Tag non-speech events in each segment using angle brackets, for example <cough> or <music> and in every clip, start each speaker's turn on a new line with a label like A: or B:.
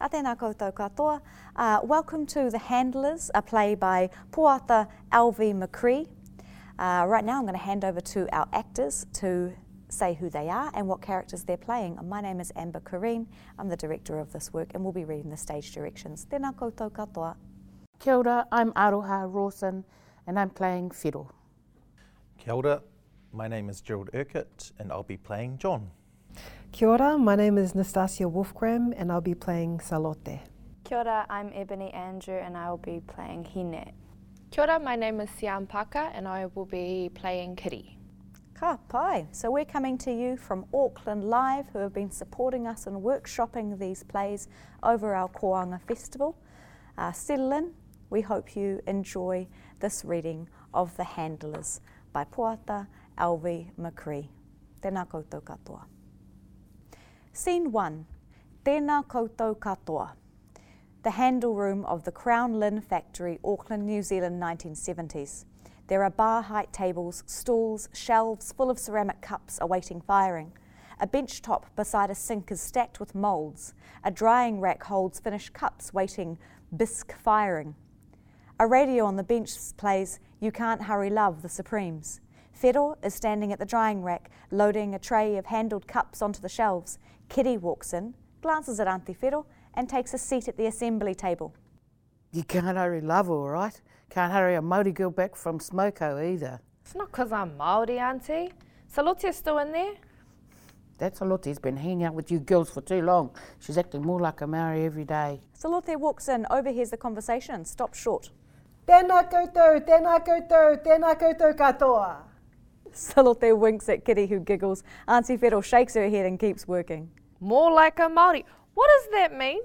A: A tēnā koutou katoa. Uh, welcome to The Handlers, a play by Puata Alvie McCree. Uh, right now I'm going to hand over to our actors to say who they are and what characters they're playing. My name is Amber Kareen. I'm the director of this work and we'll be reading the stage directions. Tēnā koutou katoa.
B: Kia ora, I'm Aroha Rawson and I'm playing Fido.
C: Kia ora, my name is Gerald Urquhart and I'll be playing John.
D: Kia ora, my name is Nastasia Wolfgram and I'll be playing Salote.
E: Kia ora, I'm Ebony Andrew and I will be playing Hine.
F: Kia ora, my name is Siam Parker and I will be playing Kitty.
A: Ka pai. So we're coming to you from Auckland Live, who have been supporting us and workshopping these plays over our Koanga Festival. Uh, settle in. We hope you enjoy this reading of The Handlers by Puata Alvi McCree. Tēnā koutou katoa. Scene 1. Tēnā koutou katoa. The handle room of the Crown Lynn Factory, Auckland, New Zealand, 1970s. There are bar height tables, stools, shelves full of ceramic cups awaiting firing. A bench top beside a sink is stacked with moulds. A drying rack holds finished cups waiting bisque firing. A radio on the bench plays You Can't Hurry Love, the Supremes. Fedor is standing at the drying rack, loading a tray of handled cups onto the shelves. Kitty walks in, glances at Auntie Fedor, and takes a seat at the assembly table.
B: You can't hurry love, all right? Can't hurry a Māori girl back from Smoko either.
F: It's not because I'm Māori, Auntie. Salotia's still in there.
B: That's a lot. He's been hanging out with you girls for too long. She's acting more like a Maori every day.
A: Salote walks in, overhears the conversation, and stops short. <laughs>
G: Tēnā koutou, tēnā koutou, tēnā koutou katoa.
A: Salote winks at Kitty, who giggles. Auntie Fedor shakes her head and keeps working.
F: More like a Māori. What does that mean?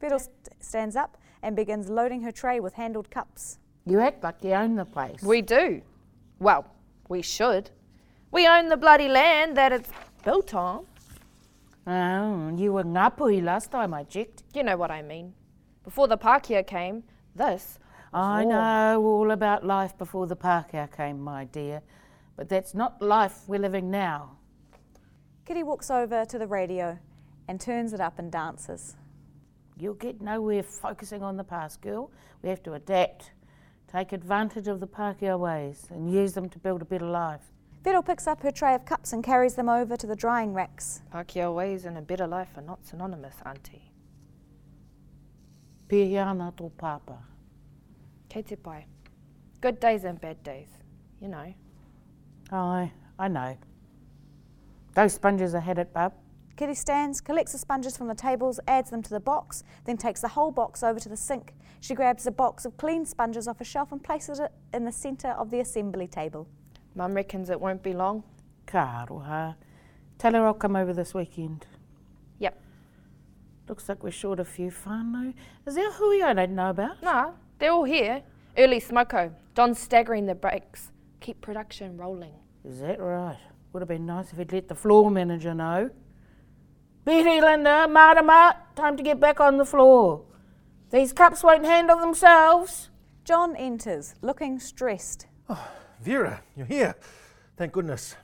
A: Fedor st- stands up and begins loading her tray with handled cups.
B: You act like you own the place.
F: We do. Well, we should. We own the bloody land that it's built on.
B: Oh, you were ngapuhi last time I checked.
F: You know what I mean. Before the Pākehā came, this.
B: I know all about life before the Pākehā came, my dear. But that's not life we're living now.
A: Kitty walks over to the radio and turns it up and dances.
B: You'll get nowhere focusing on the past, girl. We have to adapt. Take advantage of the Pākehā ways and use them to build a better life.
A: Fedor picks up her tray of cups and carries them over to the drying racks.
F: Pākehā ways and a better life are not synonymous, Auntie.
B: Pihiana tō pāpā.
F: Kei te pai. Good days and bad days. You know.
B: Aye, I know. Those sponges have had it, bub.
A: Kitty stands, collects the sponges from the tables, adds them to the box, then takes the whole box over to the sink. She grabs a box of clean sponges off a shelf and places it in the centre of the assembly table.
F: Mum reckons it won't be long.
B: Ka aroha. Tell her I'll come over this weekend.
F: Yep.
B: Looks like we're short a few whānau. Is there a hui I don't know about?
F: Nah, they're all here. Early smoko. Don's staggering the breaks. Keep production rolling.
B: Is that right? Would have been nice if he'd let the floor manager know. Betty, Linda, Martima, time to get back on the floor. These cups won't handle themselves.
A: John enters, looking stressed.
C: Vera, you're here. Thank goodness.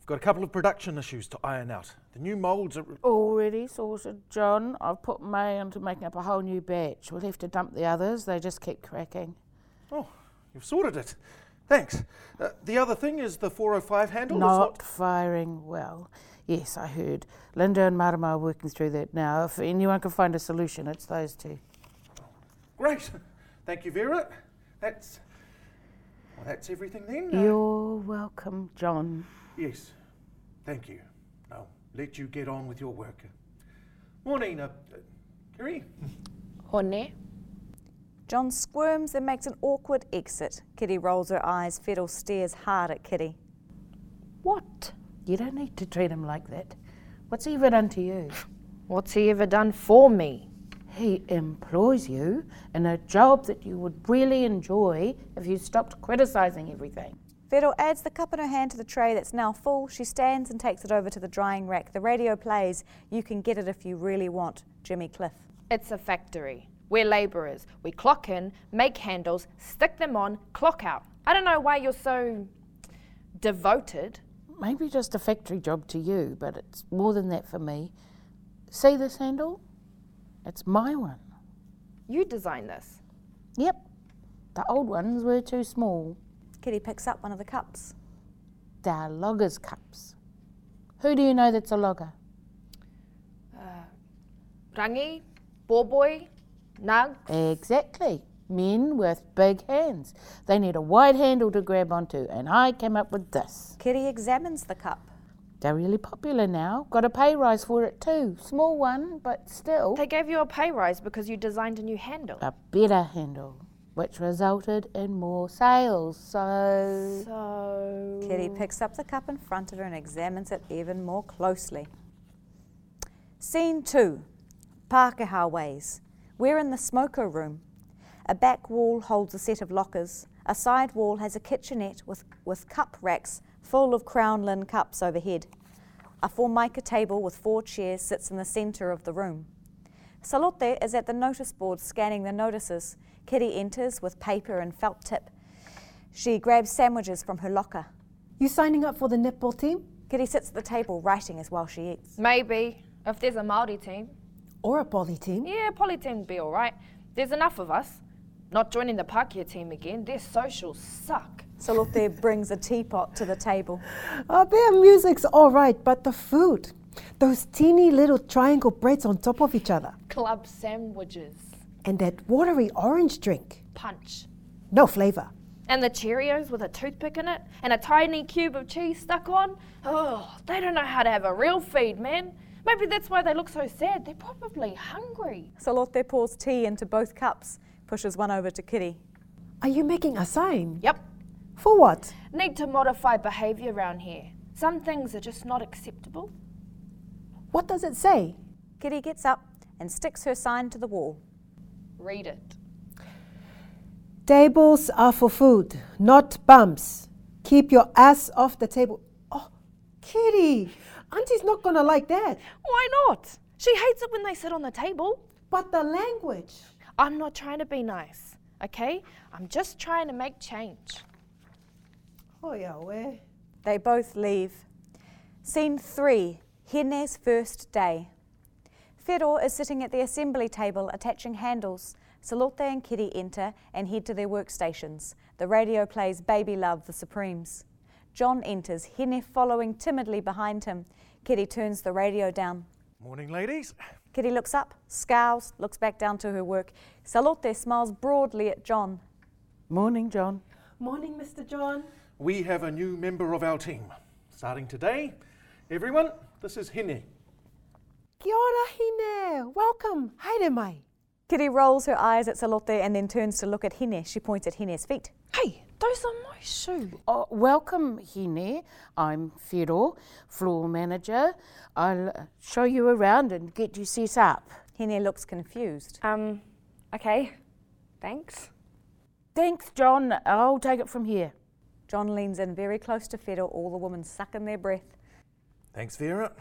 C: I've got a couple of production issues to iron out. The new moulds are.
B: Already sorted, John. I've put May onto making up a whole new batch. We'll have to dump the others. They just keep cracking.
C: Oh, you've sorted it. Thanks. Uh, the other thing is the 405 handle. is
B: Not firing well. Yes, I heard. Linda and Martima are working through that now. If anyone can find a solution, it's those two.
C: Great. Thank you, Vera. That's. Well, that's everything then. Uh,
B: You're welcome, John.
C: Yes. Thank you. I'll let you get on with your work. Morning, uh, uh, Kerry.
F: Hone.
A: John squirms and makes an awkward exit. Kitty rolls her eyes. Fiddle stares hard at Kitty.
F: What?
B: You don't need to treat him like that. What's he ever done to you?
F: What's he ever done for me?
B: He employs you in a job that you would really enjoy if you stopped criticising everything.
A: Fiddle adds the cup in her hand to the tray that's now full. She stands and takes it over to the drying rack. The radio plays You Can Get It If You Really Want, Jimmy Cliff.
F: It's a factory. We're labourers. We clock in, make handles, stick them on, clock out. I don't know why you're so devoted.
B: Maybe just a factory job to you, but it's more than that for me. See this handle? It's my one.
E: You designed this.
B: Yep. The old ones were too small.
A: Kitty picks up one of the cups.
B: They're loggers' cups. Who do you know that's a logger?
E: Rangi, Boboy, Nag.
B: Exactly. Men with big hands. They need a wide handle to grab onto, and I came up with this.
A: Kitty examines the cup.
B: They're really popular now. Got a pay rise for it too. Small one, but still
E: They gave you a pay rise because you designed a new handle.
B: a better handle, which resulted in more sales. So
E: Mm. So,
A: Kitty picks up the cup in front of her and examines it even more closely. Scene two Pākehā Ways. We're in the smoker room. A back wall holds a set of lockers. A side wall has a kitchenette with, with cup racks full of crown lin cups overhead. A formica table with four chairs sits in the centre of the room. Salote is at the notice board scanning the notices. Kitty enters with paper and felt tip. She grabs sandwiches from her locker.
D: You signing up for the netball team?
A: Kitty sits at the table writing as while she eats.
E: maybe if there's a Māori team,
D: Or a poly team?
E: yeah, poly team would be all right. There's enough of us. Not joining the Pākehā team again. Their socials suck.
A: Salote <laughs> brings a teapot to the table.
D: Uh, their music's all right, but the food. Those teeny little triangle breads on top of each other.
E: Club sandwiches.
D: And that watery orange drink.
E: Punch.
D: No flavour.
E: And the Cheerios with a toothpick in it and a tiny cube of cheese stuck on. Oh, they don't know how to have a real feed, man. Maybe that's why they look so sad. They're probably hungry.
A: Salote pours tea into both cups, pushes one over to Kitty.
D: Are you making a sign?
E: Yep.
D: For what?
E: Need to modify behaviour around here. Some things are just not acceptable.
D: What does it say?
A: Kitty gets up and sticks her sign to the wall.
E: Read it.
D: Tables are for food, not bumps. Keep your ass off the table. Oh, kitty! Auntie's not gonna like that.
E: Why not? She hates it when they sit on the table.
D: But the language.
E: I'm not trying to be nice, okay? I'm just trying to make change.
D: Oh, yeah, where?
A: They both leave. Scene three Hene's first day. Fedor is sitting at the assembly table attaching handles. Salote and Kitty enter and head to their workstations. The radio plays Baby Love, the Supremes. John enters, Hene following timidly behind him. Kitty turns the radio down.
C: Morning, ladies.
A: Kitty looks up, scowls, looks back down to her work. Salote smiles broadly at John.
B: morning, John.
D: Morning, Mr. John.
C: We have a new member of our team. Starting today, everyone, this is Hine.
D: Kia ora hine. Welcome. Haere mai.
A: Kitty rolls her eyes at Salote and then turns to look at Hine. She points at Hine's feet.
E: Hey, those are my shoes.
B: Oh, welcome, Hine. I'm Fedor, floor manager. I'll uh, show you around and get you set up.
A: Hine looks confused.
F: Um, okay. Thanks.
B: Thanks, John. I'll take it from here.
A: John leans in very close to Fedor, all the women suck in their breath.
C: Thanks, Vera.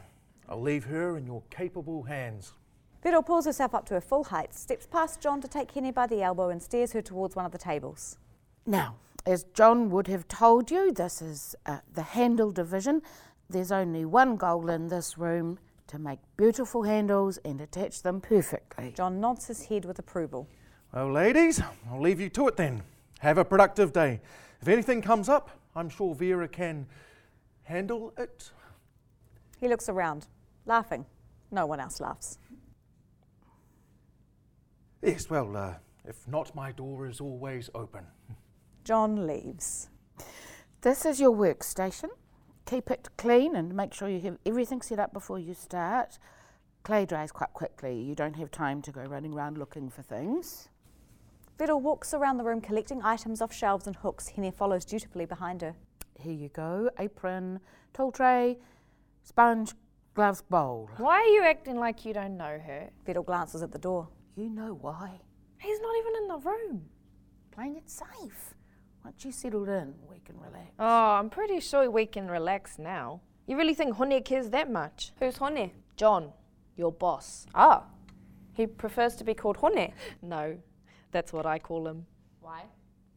C: I'll leave her in your capable hands.
A: Fedor pulls herself up to her full height, steps past John to take Hine by the elbow and steers her towards one of the tables.
B: Now, as John would have told you, this is uh, the handle division. There's only one goal in this room to make beautiful handles and attach them perfectly.
A: John nods his head with approval.
C: Well, ladies, I'll leave you to it then. Have a productive day. If anything comes up, I'm sure Vera can handle it.
A: He looks around, laughing. No one else laughs.
C: Yes, well, uh, if not, my door is always open.
A: John leaves.
B: This is your workstation. Keep it clean and make sure you have everything set up before you start. Clay dries quite quickly. You don't have time to go running around looking for things.
A: Fedor walks around the room collecting items off shelves and hooks. Hine follows dutifully behind her.
B: Here you go apron, tool tray, sponge, gloves, bowl.
E: Why are you acting like you don't know her?
A: Fedor glances at the door.
B: You know why.
E: He's not even in the room.
B: playing it safe. Once you settled in, we can relax.
E: Oh, I'm pretty sure we can relax now. You really think Hone cares that much?
F: Who's Hone?
E: John, your boss.
F: Oh, he prefers to be called Hone.
E: No, that's what I call him.
F: Why?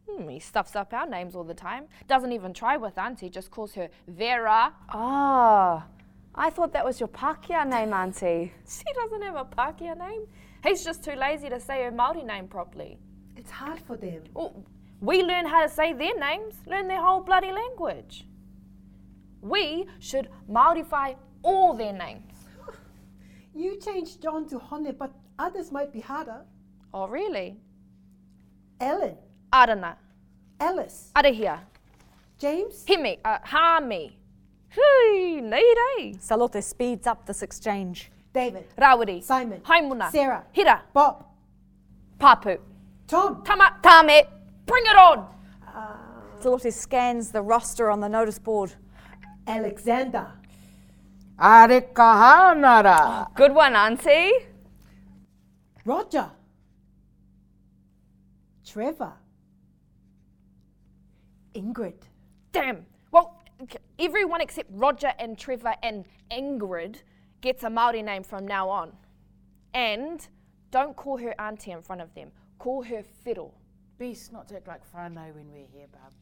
E: Hmm, he stuffs up our names all the time. Doesn't even try with Auntie, just calls her Vera.
F: Ah, I thought that was your Pākehā name, Auntie. <laughs>
E: She doesn't have a Pākehā name. He's just too lazy to say her Māori name properly.
D: It's hard for them.
E: Well, we learn how to say their names, learn their whole bloody language. We should Māorify all their names.
D: You changed John to Hone, but others might be harder.
E: Oh, really?
D: Ellen,
E: Arana,
D: Alice,
E: Arahia,
D: James.
E: Hime, uh, Hami. Hui, nei
A: Salote speeds up this exchange.
D: David,
E: Rawiri,
D: Simon,
E: Haimuna,
D: Sarah,
E: Hira,
D: Bob,
E: Papu,
D: Tom.
E: Tama, Tame, bring it on!
A: Salote scans the roster on the notice board.
D: Alexander, Uh,
B: Are kahanara.
F: Good one, Auntie.
D: Roger, Trevor, Ingrid,
E: Damn. Well, c- everyone except Roger and Trevor and Ingrid gets a Maori name from now on. And don't call her auntie in front of them. Call her fiddle.
B: Beast not to act like whānau when we're here, bub.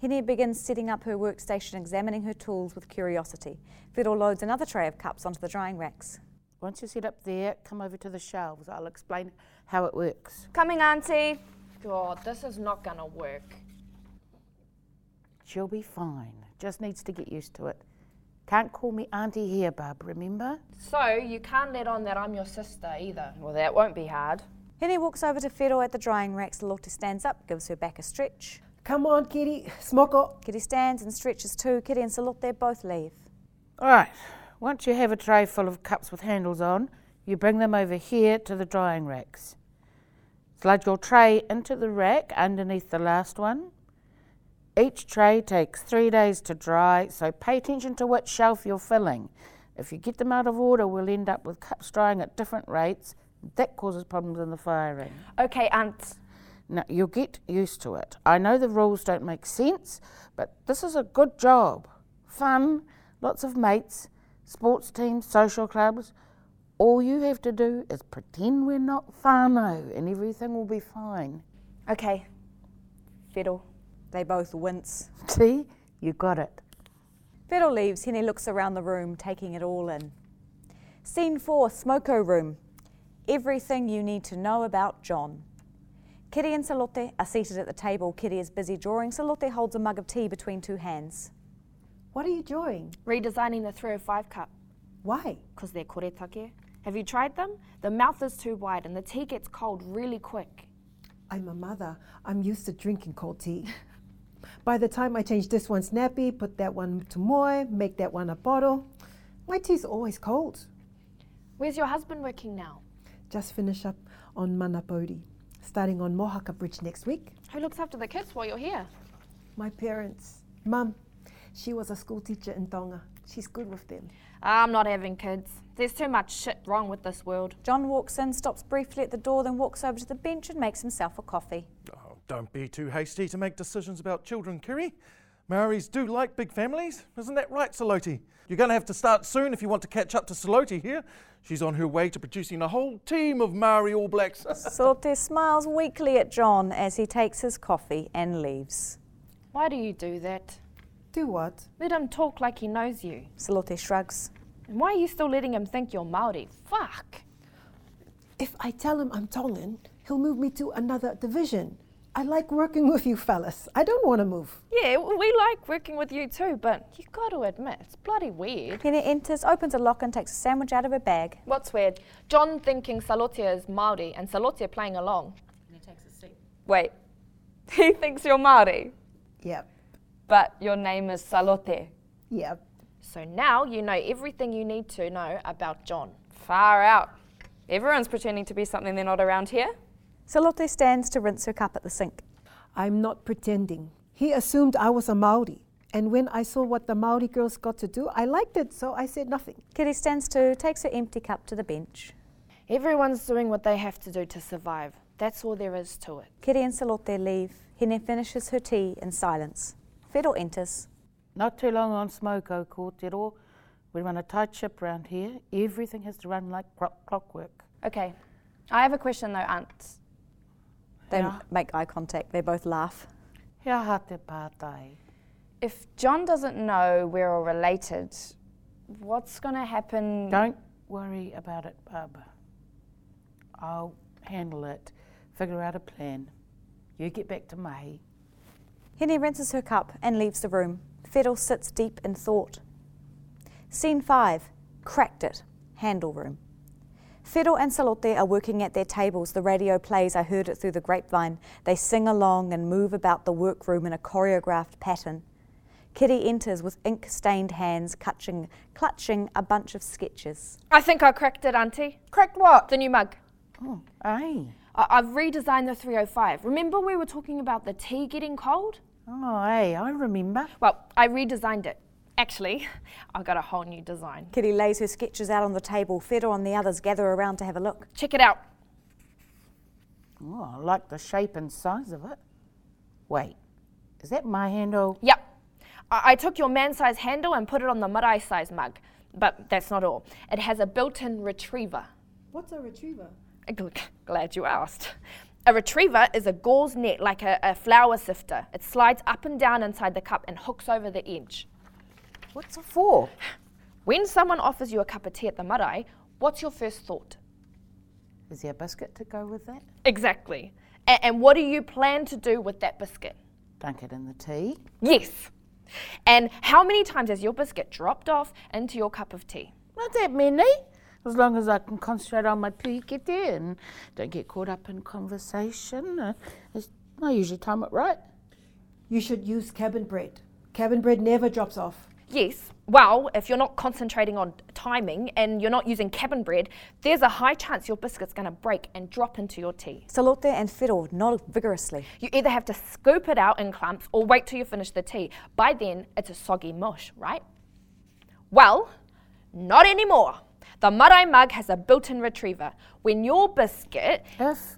A: Henny begins setting up her workstation, examining her tools with curiosity. Fiddle loads another tray of cups onto the drying racks.
B: Once you sit up there, come over to the shelves. I'll explain how it works.
F: Coming, Auntie.
E: God, this is not gonna work.
B: She'll be fine. Just needs to get used to it. Can't call me auntie here, bub, remember?
E: So you can't let on that I'm your sister either. Well, that won't be hard.
A: Henny walks over to Fiddle at the drying racks. Salote stands up, gives her back a stretch.
D: come on, Kitty, Smoko,
A: Kitty stands and stretches too. Kitty and Salote both leave.
B: All right. Once you have a tray full of cups with handles on, you bring them over here to the drying racks. Slide your tray into the rack underneath the last one. Each tray takes three days to dry, so pay attention to what shelf you're filling. If you get them out of order, we'll end up with cups drying at different rates. That causes problems in the fire ring.
F: Okay,
E: um,
F: Aunt.
B: Now, you'll get used to it. I know the rules don't make sense, but this is a good job. Fun, lots of mates, sports teams, social clubs. All you have to do is pretend we're not whānau and everything will be fine. <laughs>
F: Okay. Fiddle.
A: They both wince.
B: See? You got it.
A: Fiddle leaves. Henny looks around the room, taking it all in. Scene 4 Smoko Room. Everything you need to know about John. Kitty and Salote are seated at the table. Kitty is busy drawing. Salote holds a mug of tea between two hands.
D: what are you drawing?
E: Redesigning the 305 cup.
D: Why?
E: because they're koretake. Have you tried them? The mouth is too wide and the tea gets cold really quick.
D: I'm a mother. I'm used to drinking cold tea.
B: <laughs>
D: By the time I change this one's nappy, put that one to moi, make that one a bottle, my tea's always cold.
E: Where's your husband working now?
D: Just finish up on Manapodi, starting on Mohaka Bridge next week.
E: Who looks after the kids while you're here?
D: My parents, mum, she was a school teacher in Tonga. She's good with them.
E: I'm not having kids. There's too much shit wrong with this world.
A: John walks in, stops briefly at the door, then walks over to the bench and makes himself a coffee.
C: Oh, don't be too hasty to make decisions about children, Kiri. Maoris do like big families, isn't that right, Saloti? You're going to have to start soon if you want to catch up to Saloti here. She's on her way to producing a whole team of Maori All Blacks.
A: Salote smiles weakly at John as he takes his coffee and leaves.
E: Why do you do that?
D: Do what?
E: Let him talk like he knows you.
A: Salote shrugs.
E: And why are you still letting him think you're Maori? Fuck.
D: If I tell him I'm Tongan, he'll move me to another division. I like working with you fellas. I don't want to move.
E: Yeah, w- we like working with you too, but you got to admit it's bloody weird.
A: Henny enters, opens a locker, and takes a sandwich out of her bag.
E: What's weird? John thinking Salotia is Maori and Salotia playing along.
F: Wait. He thinks you're Maori,
D: Yep,
F: but your name is Salote.
D: yep.
E: So now you know everything you need to know about John.
F: Far out. Everyone's pretending to be something they're not around here.
A: Salote stands to rinse her cup at the sink.
D: I'm not pretending. He assumed I was a Maori. And when I saw what the Maori girls got to do, I liked it, so I said nothing.
A: Kitty stands to, takes her empty cup to the bench.
E: Everyone's doing what they have to do to survive. That's all there is to it.
A: Kitty and Salote leave. Hene finishes her tea in silence. Fiddle enters.
B: Not too long on Smoko Kōtero. We run a tight ship round here. Everything has to run like clock- clockwork.
F: Okay. I have a question though, Aunt.
A: They
B: Yeah.
A: make eye contact. They both laugh.
B: Hea hate pātai.
F: If John doesn't know we're all related, what's going to happen?
B: Don't worry about it, bub. I'll handle it, figure out a plan. You get back to Mahi.
A: Henny rinses her cup and leaves the room. Fiddle sits deep in thought. Scene 5 Cracked It, Handle Room. Fiddle and Salote are working at their tables. The radio plays I Heard It Through the Grapevine. They sing along and move about the workroom in a choreographed pattern. Kitty enters with ink stained hands, clutching, clutching a bunch of sketches.
E: I think I cracked it, Auntie.
B: Cracked what?
E: The new mug.
B: Oh, aye.
E: I- I've redesigned the 305. Remember we were talking about the tea getting cold?
B: Oh, aye, I remember.
E: Well, I redesigned it. Actually, <laughs> I got a whole new design.
A: Kitty lays her sketches out on the table. Fiddle and the others gather around to have a look.
E: Check it out.
B: Oh, I like the shape and size of it. Wait, is that my handle?
E: Yep. I, I took your man size handle and put it on the marae size mug. But that's not all. It has a built in retriever.
D: What's a retriever?
E: <laughs> Gl- Glad you asked. A retriever is a gauze net like a, a flower sifter. It slides up and down inside the cup and hooks over the edge.
B: What's it for?
E: When someone offers you a cup of tea at the marae, what's your first thought?
B: Is there a biscuit to go with that?
E: Exactly. A- and what do you plan to do with that biscuit?
B: Dunk it in the tea.
E: Yes. And how many times has your biscuit dropped off into your cup of tea?
B: Not that many. As long as I can concentrate on my pikiti and don't get caught up in conversation, uh, it's- I usually time it right.
D: You should use cabin bread. Cabin bread never drops off.
E: Yes. Well, if you're not concentrating on timing and you're not using cabin bread, there's a high chance your biscuit's going to break and drop into your tea.
A: Salote and Fiddle nod vigorously.
E: You either have to scoop it out in clumps or wait till you finish the tea. By then, it's a soggy mush, right? Well, not anymore. The Marae mug has a built in retriever. When your biscuit,
B: If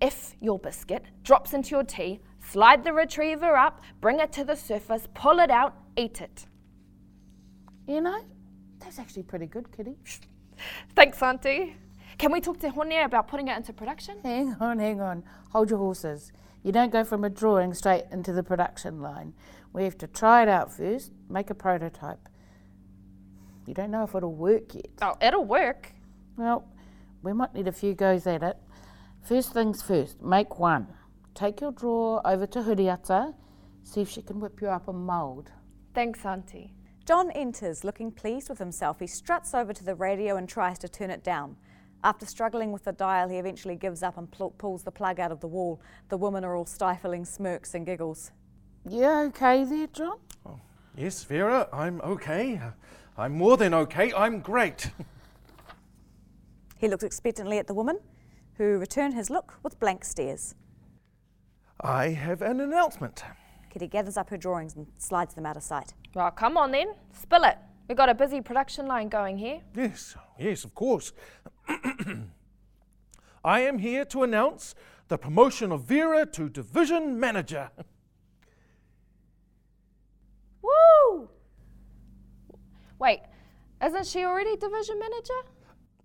E: if your biscuit, drops into your tea, slide the retriever up, bring it to the surface, pull it out, eat it.
B: you know, that's actually pretty good, Kitty.
E: Thanks, Auntie. Can we talk to Hone about putting it into production?
B: Hang on, hang on. Hold your horses. You don't go from a drawing straight into the production line. We have to try it out first, make a prototype. You don't know if it'll work yet.
E: Oh, it'll work.
B: Well, we might need a few goes at it. First things first, make one. Take your drawer over to Huriata, see if she can whip you up a mould.
E: Thanks, Auntie.
A: John enters, looking pleased with himself. He struts over to the radio and tries to turn it down. After struggling with the dial, he eventually gives up and pl- pulls the plug out of the wall. The women are all stifling smirks and giggles.
B: Yeah, okay there, John?
H: Yes, Vera, I'm okay. I'm more than okay. I'm great.
A: He looks expectantly at the woman, who return his look with blank stares.
H: I have an announcement.
A: Kitty gathers up her drawings and slides them out of sight.
E: Well, come on then, spill it. We've got a busy production line going here.
H: Yes, yes, of course. <clears throat> I am here to announce the promotion of Vera to division manager.
E: Woo! Wait, isn't she already division manager?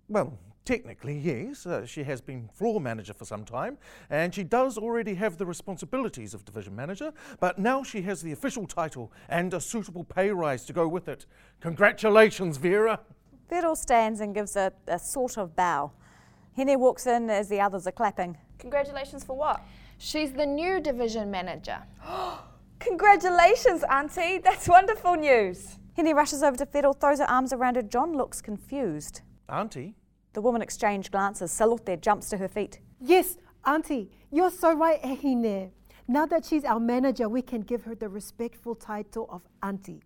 H: Well, technically, yes. Uh, she has been floor manager for some time, and she does already have the responsibilities of division manager, but now she has the official title and a suitable pay rise to go with it. Congratulations, Vera.
A: Fiddle stands and gives a, a sort of bow. Hene walks in as the others are clapping.
F: Congratulations for what?
E: She's the new division manager.
F: Congratulations, Auntie. That's wonderful news.
A: Hene rushes over to Fiddle, throws her arms around her. John looks confused.
H: Auntie,
A: The women exchange glances. Salote jumps to her feet.
D: Yes, Auntie, you're so right, Ehine. Now that she's our manager, we can give her the respectful title of Auntie.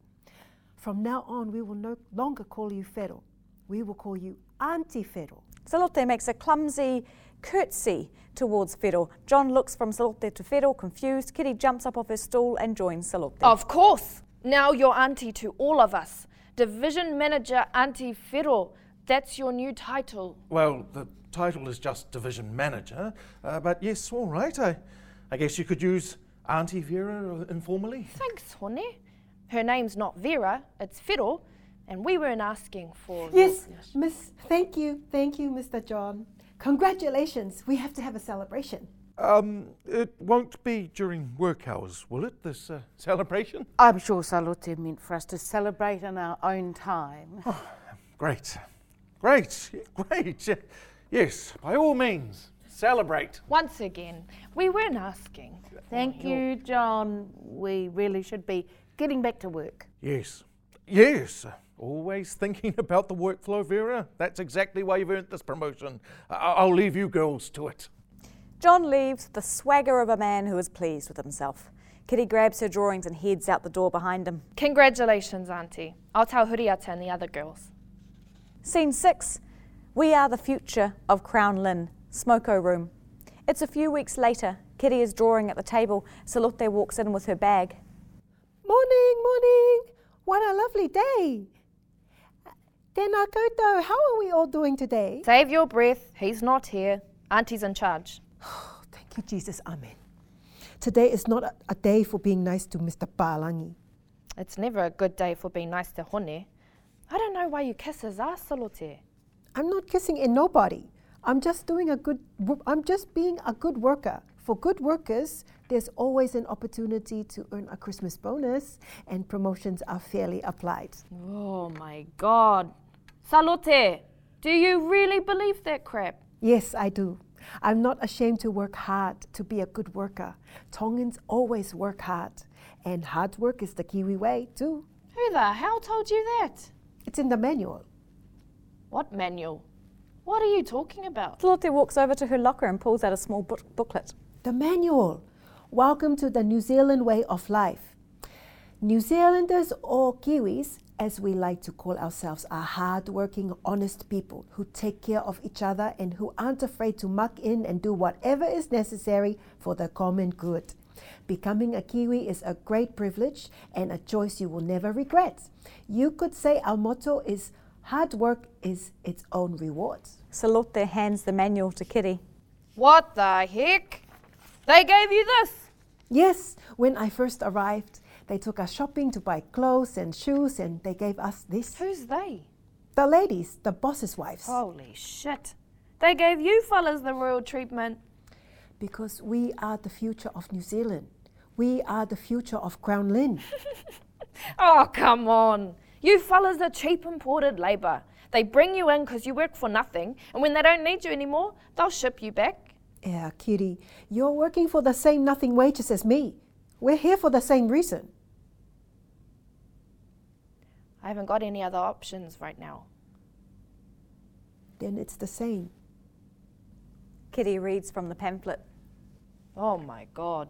D: From now on, we will no longer call you Fero. We will call you Auntie Fero.
A: Salote makes a clumsy curtsy towards Fiddle. John looks from Salote to Fiddle, confused. Kitty jumps up off her stool and joins Salote.
F: Oh.
E: Of course! Now you're auntie to all of us. Division manager Auntie Fiddle. That's your new title.
H: well, the title is just division manager, uh, but yes, all right. I, I guess you could use Auntie Vera uh, informally.
E: Thanks, Honey. Her name's not Vera, it's Fiddle, and we weren't asking for. your-
D: Yes, Miss. Thank you, thank you, Mr. John. Congratulations. We have to have a celebration.
H: Um, it won't be during work hours, will it? This uh, celebration?
B: I'm sure Salute meant for us to celebrate in our own time.
C: <laughs>
H: Great. Great. Great.
C: Yes, by all means, celebrate.
F: Once again, we weren't asking.
B: Thank you, John. We really should be getting back to work.
C: Yes, yes. Always thinking <laughs> about the workflow, Vera. That's exactly why you've earned this promotion. I- I'll leave you girls to it.
A: John leaves with the swagger of a man who is pleased with himself. Kitty grabs her drawings and heads out the door behind him.
F: Congratulations, Auntie. I'll tell Huriata and the other girls.
A: Scene six We Are the Future of Crown Lynn, Smoko Room. It's a few weeks later. Kitty is drawing at the table. Salute walks in with her bag.
D: Morning, morning. What a lovely day. Tēnā koutou, how are we all doing today?
F: Save your breath. He's not here. Auntie's in charge.
D: Thank you, Jesus. Amen. Today is not a, a day for being nice to Mr. Palangi.
F: It's never a good day for being nice to Hone. I don't know why you kiss his ass, Salote.
D: I'm not kissing in nobody. I'm just doing a good. wo- I'm just being a good worker. For good workers, there's always an opportunity to earn a Christmas bonus, and promotions are fairly applied.
F: Oh my god. Salote, do you really believe that crap?
D: Yes, I do. I'm not ashamed to work hard to be a good worker. Tongans always work hard, and hard work is the Kiwi way too.
F: Who the hell told you that?
D: It's in the manual.
F: What manual? What are you talking about?
A: Salute walks over to her locker and pulls out a small book- booklet.
D: The manual. Welcome to the New Zealand way of life. New Zealanders or Kiwis, as we like to call ourselves, are hardworking, honest people who take care of each other and who aren't afraid to muck in and do whatever is necessary for the common good. Becoming a Kiwi is a great privilege and a choice you will never regret. You could say our motto is hard work is its own reward.
A: Salute hands the manual to Kitty.
F: What the heck? They gave you this!
D: Yes, when I first arrived, they took us shopping to buy clothes and shoes, and they gave us this.
F: Who's they?
D: The ladies, the boss's wives,
F: Holy shit. They gave you fellas the royal treatment.
D: because we are the future of New Zealand. We are the future of Crown Lynn.
F: Oh, come on. You fellas are cheap imported labour. They bring you in 'cause you work for nothing, and when they don't need you anymore, they'll ship you back.
D: yeah, Kitty, you're working for the same nothing wages as me. We're here for the same reason.
F: I haven't got any other options right now.
D: Then it's the same.
A: Kitty reads from the pamphlet.
F: Oh my god.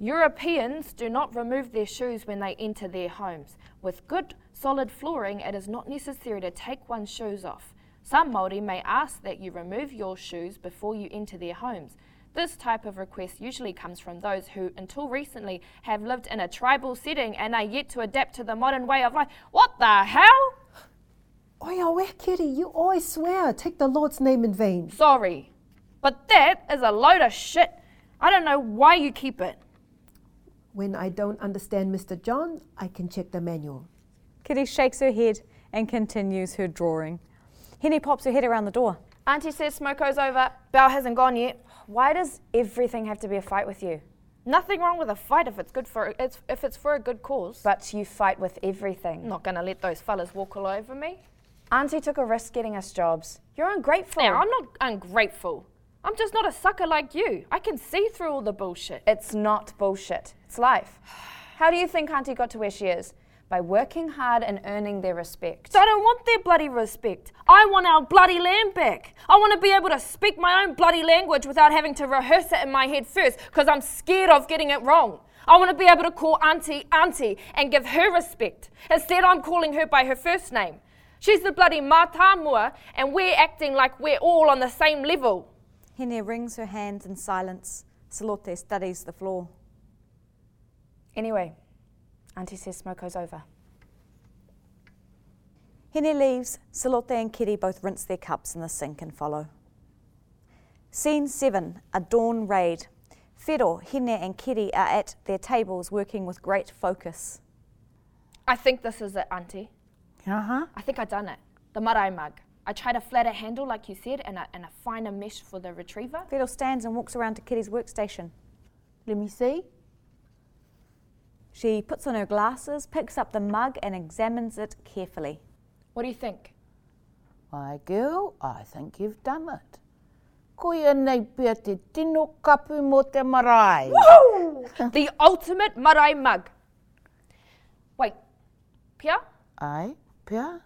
F: Europeans do not remove their shoes when they enter their homes. With good, solid flooring, it is not necessary to take one's shoes off. Some Māori may ask that you remove your shoes before you enter their homes. This type of request usually comes from those who, until recently, have lived in a tribal setting and are yet to adapt to the modern way of life. What the hell?
D: Oya, where, Kitty? You always swear. Take the Lord's name in vain.
F: Sorry, but that is a load of shit. I don't know why you keep it.
D: When I don't understand Mr. John, I can check the manual.
A: Kitty shakes her head and continues her drawing. Henny pops her head around the door.
I: Auntie says Smoko's over. Belle hasn't gone yet. Why does everything have to be a fight with you?
F: Nothing wrong with a fight if it's good for it's, if it's for a good cause.
I: But you fight with everything.
F: I'm not gonna let those fellas walk all over me.
I: Auntie took a risk getting us jobs. You're ungrateful.
F: Now I'm not ungrateful. I'm just not a sucker like you. I can see through all the bullshit.
I: It's not bullshit. It's life. <sighs> How do you think Auntie got to where she is? By working hard and earning their respect.
F: I don't want their bloody respect. I want our bloody land back. I want to be able to speak my own bloody language without having to rehearse it in my head first because I'm scared of getting it wrong. I want to be able to call Auntie Auntie and give her respect. Instead, I'm calling her by her first name. She's the bloody Matamua, and we're acting like we're all on the same level.
A: Henny wrings her hands in silence. Salute studies the floor.
I: Anyway, Auntie says Smoko's over.
A: Henny leaves. Salute and Kitty both rinse their cups in the sink and follow. Scene 7 A Dawn Raid. Fedor, Hene, and Kitty are at their tables working with great focus.
F: I think this is it, Auntie.
B: Uh huh.
F: I think I done it. The marae mug. I tried a flatter handle, like you said, and a, and a finer mesh for the retriever.
A: Fedor stands and walks around to Kitty's workstation.
B: Let me see.
A: She puts on her glasses, picks up the mug, and examines it carefully.
F: What do you think?
B: My girl, I think you've done it. Koe anei pia te tino kapu mō te marae.
F: the ultimate marae mug. Wait, Pia?
B: Aye, Pia.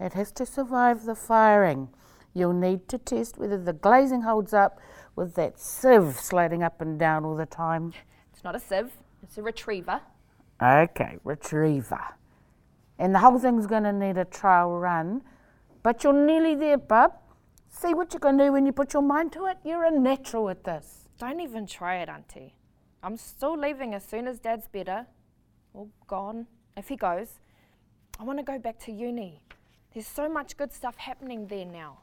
B: It has to survive the firing. You'll need to test whether the glazing holds up with that sieve sliding up and down all the time.
F: It's not a sieve, it's a retriever.
B: Okay, retriever. And the whole thing's going to need a trial run. But you're nearly there, bub. See what you can do when you put your mind to it. You're a natural at this.
F: Don't even try it, Auntie. I'm still leaving as soon as Dad's better. Or gone, if he goes. I want to go back to uni. There's so much good stuff happening there now.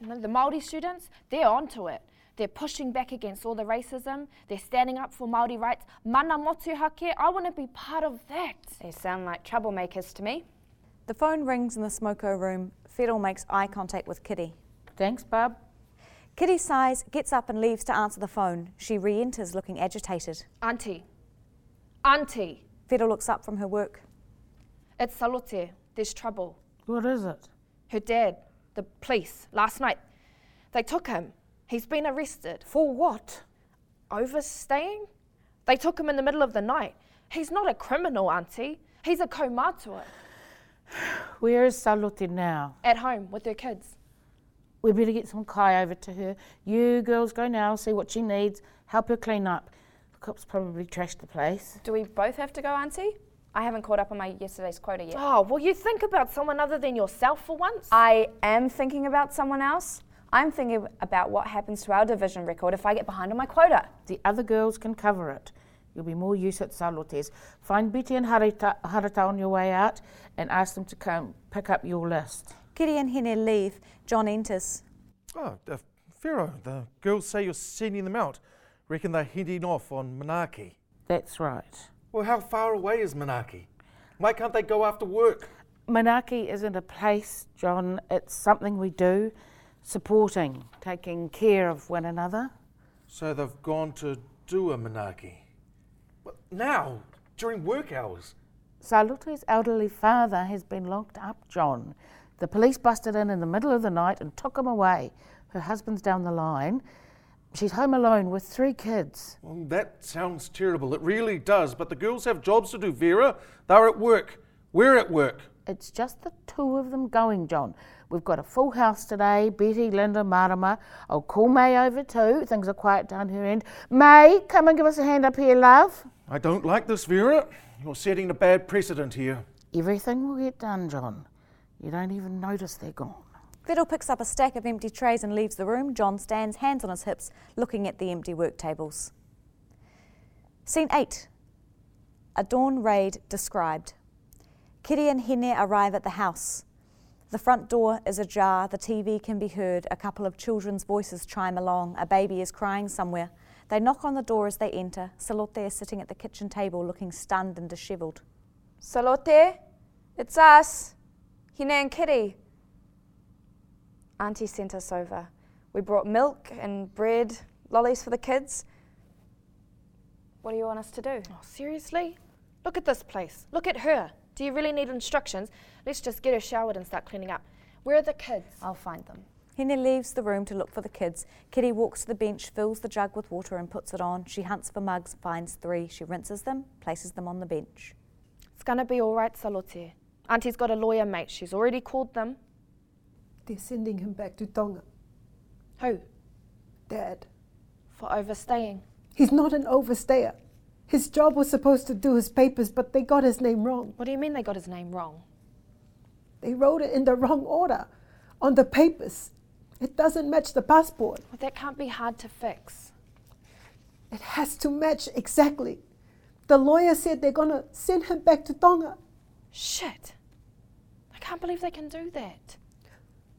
F: You know, the Māori students, they're onto it. They're pushing back against all the racism. They're standing up for Māori rights. Mana motu hake, I want to be part of that.
I: They sound like troublemakers to me.
A: The phone rings in the smoko room. Fiddle makes eye contact with Kitty.
B: Thanks, bub.
A: Kitty sighs, gets up, and leaves to answer the phone. She re enters looking agitated.
F: Auntie. Auntie.
A: Fiddle looks up from her work.
F: It's Salute. There's trouble.
B: What is it?
F: Her dad, the police, last night. They took him. He's been arrested.
B: For what?
F: Overstaying? They took him in the middle of the night. He's not a criminal, Auntie. He's a komatua.
B: Where is Salute now?
F: At home with her kids.
B: We better get some kai over to her. You girls go now, see what she needs, help her clean up. The cops probably trashed the place.
I: Do we both have to go, Auntie? I haven't caught up on my yesterday's
F: <gasps>
I: quota yet.
F: Oh, well, you think about someone other than yourself for once?
I: I am thinking about someone else. I'm thinking about what happens to our division record if I get behind on my quota.
B: The other girls can cover it. You'll be more use at Salute's. Find Betty and Harita, Harita on your way out and ask them to come pick up your list.
A: Kitty and Hene leave. John enters.
C: Oh, uh, Pharaoh, the girls say you're sending them out. Reckon they're heading off on Manaki.
B: That's right.
C: Well, how far away is Manaki? Why can't they go after work?
B: Manaki isn't a place, John. It's something we do, supporting, taking care of one another.
C: So they've gone to do a Manaki. But now, during work hours.
B: Salute's elderly father has been locked up, John. The police busted in in the middle of the night and took him away. Her husband's down the line. She's home alone with three kids.
C: Well, that sounds terrible. It really does. But the girls have jobs to do, Vera. They're at work. We're at work.
B: It's just the two of them going, John. We've got a full house today. Betty, Linda, Marama. I'll call May over too. Things are quiet down her end. May, come and give us a hand up here, love.
C: I don't like this, Vera. You're setting a bad precedent here.
B: Everything will get done, John. You don't even notice they're gone.
A: Fiddle picks up a stack of empty trays and leaves the room. John stands, hands on his hips, looking at the empty work tables. Scene 8 A dawn raid described. Kitty and Hene arrive at the house. The front door is ajar, the TV can be heard, a couple of children's voices chime along, a baby is crying somewhere. They knock on the door as they enter. Salote is sitting at the kitchen table looking stunned and dishevelled.
I: Salote, it's us, Hine and Kitty. Auntie sent us over. We brought milk and bread, lollies for the kids. What do you want us to do?
F: Oh, seriously? Look at this place. Look at her. Do you really need instructions? Let's just get her showered and start cleaning up. Where are the kids?
I: I'll find them.
A: Hene leaves the room to look for the kids. Kitty walks to the bench, fills the jug with water, and puts it on. She hunts for mugs, finds three. She rinses them, places them on the bench.
F: It's gonna be all right, Salote. Auntie's got a lawyer mate. She's already called them.
D: They're sending him back to Tonga.
F: Who?
D: Dad.
F: For overstaying.
D: He's not an overstayer. His job was supposed to do his papers, but they got his name wrong.
F: What do you mean they got his name wrong?
D: They wrote it in the wrong order on the papers. It doesn't match the passport.
F: Well, that can't be hard to fix.
D: It has to match exactly. The lawyer said they're going to send him back to Tonga.
F: Shit. I can't believe they can do that.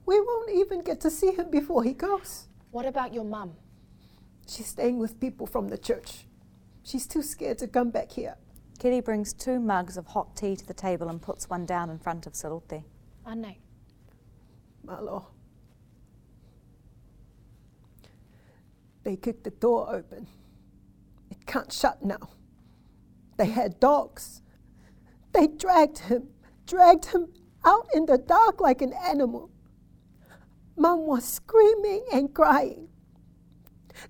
D: We won't even get to see him before he goes.
F: What about your mum?
D: She's staying with people from the church. She's too scared to come back here.
A: Kitty brings two mugs of hot tea to the table and puts one down in front of Salote.
F: Anne.
D: Malo. They kicked the door open. It can't shut now. They had dogs. They dragged him, dragged him out in the dark like an animal. Mum was screaming and crying.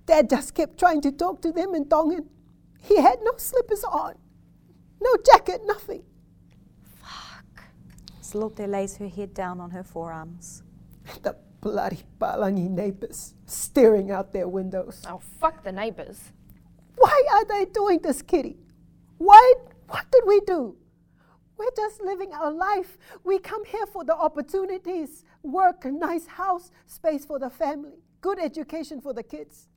D: Dad just kept trying to talk to them in Tongan. He had no slippers on, no jacket, nothing.
A: Salute lays her head down on her forearms.
D: The bloody Palangi neighbors staring out their windows.
F: Oh, fuck the neighbours.
D: Why are they doing this, Kitty? Why? What did we do? We're just living our life. We come here for the opportunities work, a nice house, space for the family, good education for the kids.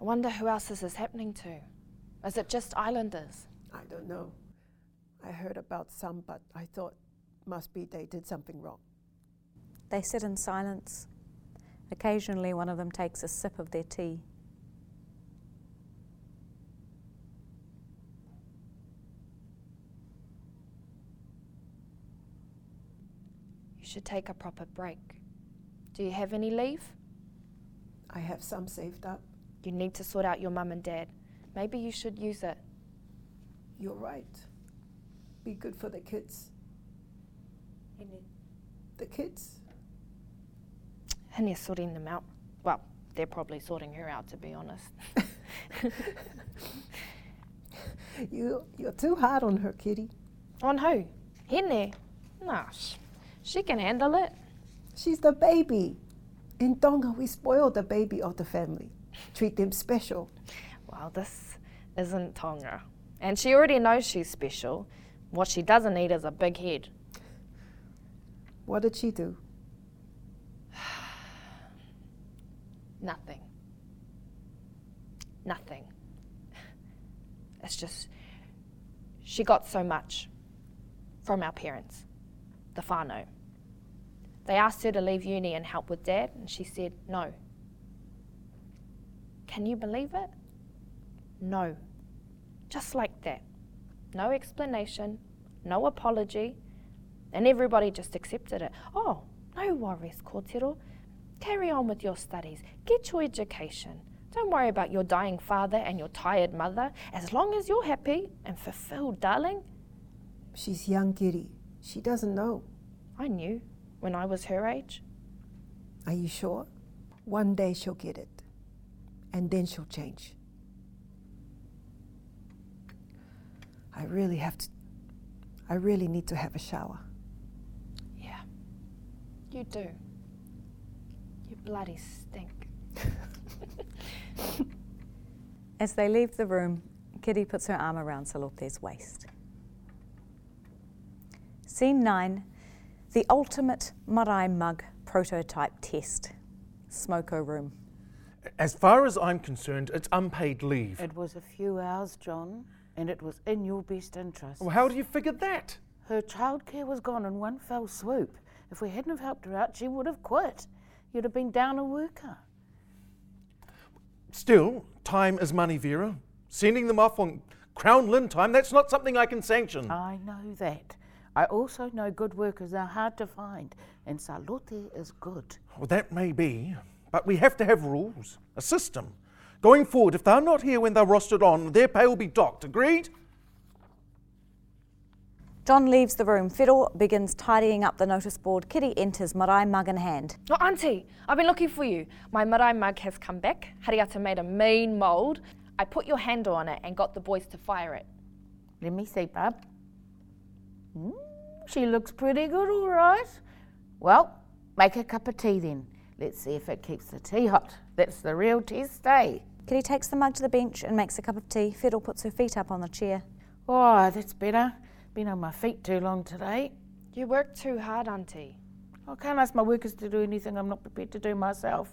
F: I wonder who else this is happening to. Is it just islanders?
D: I don't know. I heard about some, but I thought must be they did something wrong.
A: They sit in silence. Occasionally, one of them takes a sip of their tea.
F: You should take a proper break. Do you have any leave?
D: I have some saved up.
F: You need to sort out your mum and dad. Maybe you should use it.
D: You're right. Be good for the kids. The kids?
F: Hine sorting them out. Well, they're probably sorting her out, to be honest. <laughs>
D: You, you're too hard on her, Kitty.
F: On who? Hine? Nah, sh- she can handle it.
D: She's the baby. In Tonga, we spoil the baby of the family, treat them special.
F: Well, this isn't Tonga. And she already knows she's special. What she doesn't need is a big head.
D: What did she do?
F: Nothing. Nothing. <laughs> It's just, she got so much from our parents, the whānau. They asked her to leave uni and help with dad, and she said no. Can you believe it? No. Just like that. No explanation, no apology, and everybody just accepted it. Oh, no worries, Kōtero. Carry on with your studies. Get your education. Don't worry about your dying father and your tired mother. As long as you're happy and fulfilled, darling.
D: She's young, Kitty. She doesn't know.
F: I knew when I was her age.
D: Are you sure? One day she'll get it, and then she'll change. I really have to. I really need to have a shower.
F: Yeah. You do. You bloody stink.
A: As they leave the room, Kitty puts her arm around Salote's waist. Scene 9 The Ultimate Marae Mug Prototype Test. Smoko Room.
C: As far as I'm concerned, it's unpaid leave.
B: It was a few hours, John, and it was in your best interest.
C: Well, how do you figure that?
B: Her childcare was gone in one fell swoop. If we hadn't have helped her out, she would have quit. You'd have been down a worker.
C: Still, time is money, Vera. Sending them off on Crown Lynn time, that's not something I can sanction.
B: I know that. I also know good workers are hard to find, and Salute is good.
C: Well, that may be, but we have to have rules, a system. Going forward, if they're not here when they're rostered on, their pay will be docked. Agreed?
A: John leaves the room. Fiddle begins tidying up the notice board. Kitty enters, marae mug in hand.
F: Oh, Auntie, I've been looking for you. My marae mug has come back. Hariata made a mean mould. I put your handle on it and got the boys to fire it.
B: Let me see, bub. Mm, she looks pretty good, all right. Well, make a cup of tea then. Let's see if it keeps the tea hot. That's the real test, eh?
A: Kitty takes the mug to the bench and makes a cup of tea. Fiddle puts her feet up on the chair.
B: Oh, that's better. Been on my feet too long today.
F: You work too hard, Auntie.
B: I can't ask my workers to do anything I'm not prepared to do myself.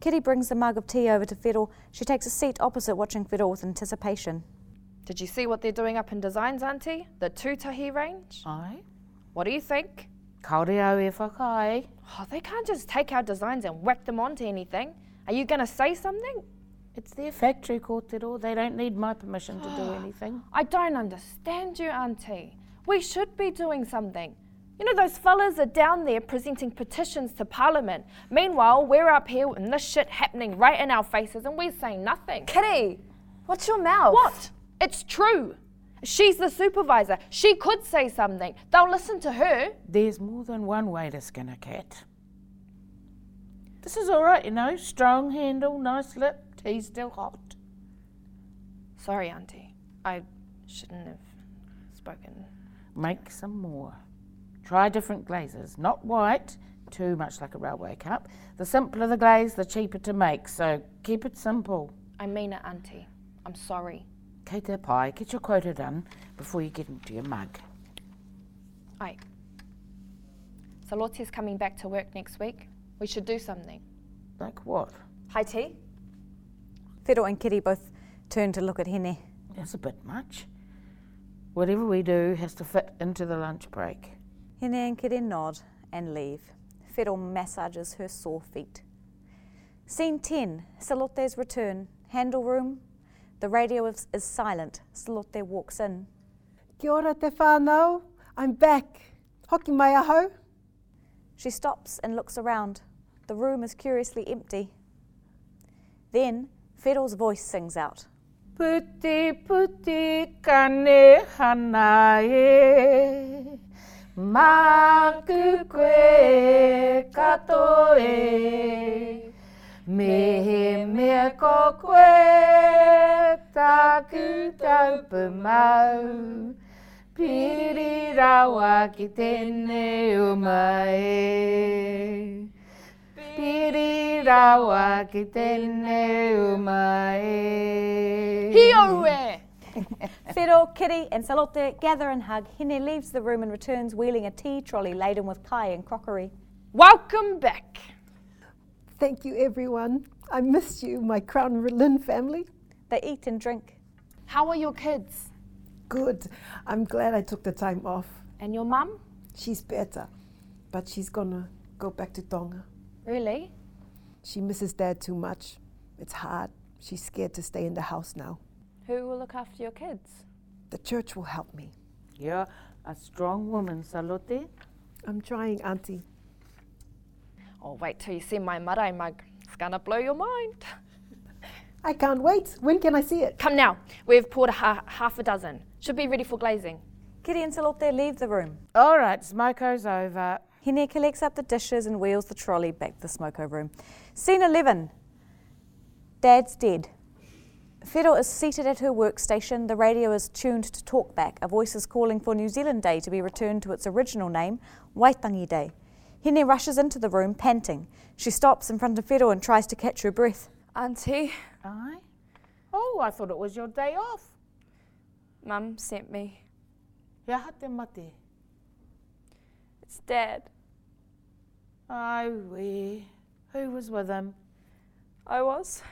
A: Kitty brings the mug of tea over to Fiddle. She takes a seat opposite, watching Fiddle with anticipation.
F: Did you see what they're doing up in designs, Auntie? The Tutahi range?
B: Aye.
F: What do you think?
B: Kaore au e whakai.
F: Oh, they can't just take our designs and whack them onto anything. Are you going to say something?
B: It's their factory, kōtero. They don't need my permission to do anything.
F: I don't understand you, Auntie. We should be doing something. You know, those fellas are down there presenting petitions to Parliament. Meanwhile, we're up here and this shit happening right in our faces and we're saying nothing.
I: Kitty, what's your mouth?
F: What? It's true. She's the supervisor. She could say something. They'll listen to her.
B: There's more than one way to skin a cat. This is all right, you know. Strong handle, nice lip, tea still hot.
F: Sorry, Auntie. I shouldn't have spoken.
B: Make some more. Try different glazes. Not white, too much like a railway cup. The simpler the glaze, the cheaper to make, so keep it simple.
F: I mean it, Auntie. I'm sorry.
B: Kate their pie, get your quota done before you get into your mug.
F: Aye. So Lottie's coming back to work next week. We should do something.
I: Mm.
B: Like what?
I: High tea?
A: Fiddle and Kitty both turn to look at Henny.
B: That's a bit much. Whatever we do has to fit into the lunch break.
A: Henny and Kitty nod and leave. Fiddle massages her sore feet. Scene 10 Salote's return. Handle room. The radio is, is silent. Salote walks in.
D: Kia ora te whanau. I'm back. Hoki mai aho.
A: She stops and looks around. The room is curiously empty. Then Fiddle's voice sings out.
B: Puti puti kane hana e Maku koe kato e Mehe mea ko koe Taku taupu mau Piri rawa ki tēnei o mai e Piri rawa ki tēnei o mai e
F: Hioe!
A: Fiddle, Kitty, and Salote gather and hug. Hine leaves the room and returns wheeling a tea trolley laden with pie and crockery.
F: Welcome back.
D: Thank you, everyone. I missed you, my Crown Lynn family.
A: They eat and drink.
F: How are your kids?
D: Good. I'm glad I took the time off.
F: And your mum?
D: She's better, but she's gonna go back to Tonga.
F: Really?
D: She misses dad too much. It's hard. She's scared to stay in the house now.
I: Who will look after your kids?
D: The church will help me.
B: You're a strong woman, Salote.
D: I'm trying, Auntie.
F: Oh, wait till you see my marae mug. It's gonna blow your mind.
D: I can't wait. When can I see it?
F: Come now. We've poured a ha- half a dozen. Should be ready for glazing.
A: Kitty and Salote leave the room.
B: All right, Smoko's over.
A: Hine collects up the dishes and wheels the trolley back to the smoko room. Scene 11 Dad's dead. Fiddle is seated at her workstation. The radio is tuned to talkback. A voice is calling for New Zealand Day to be returned to its original name, Waitangi Day. Hine rushes into the room, panting. She stops in front of Fiddle and tries to catch her breath.
E: Auntie,
B: Aye. Oh, I thought it was your day off.
E: Mum sent me.
B: Ia hate mate.
E: It's Dad.
B: Ai we. Who was with him?
E: I was.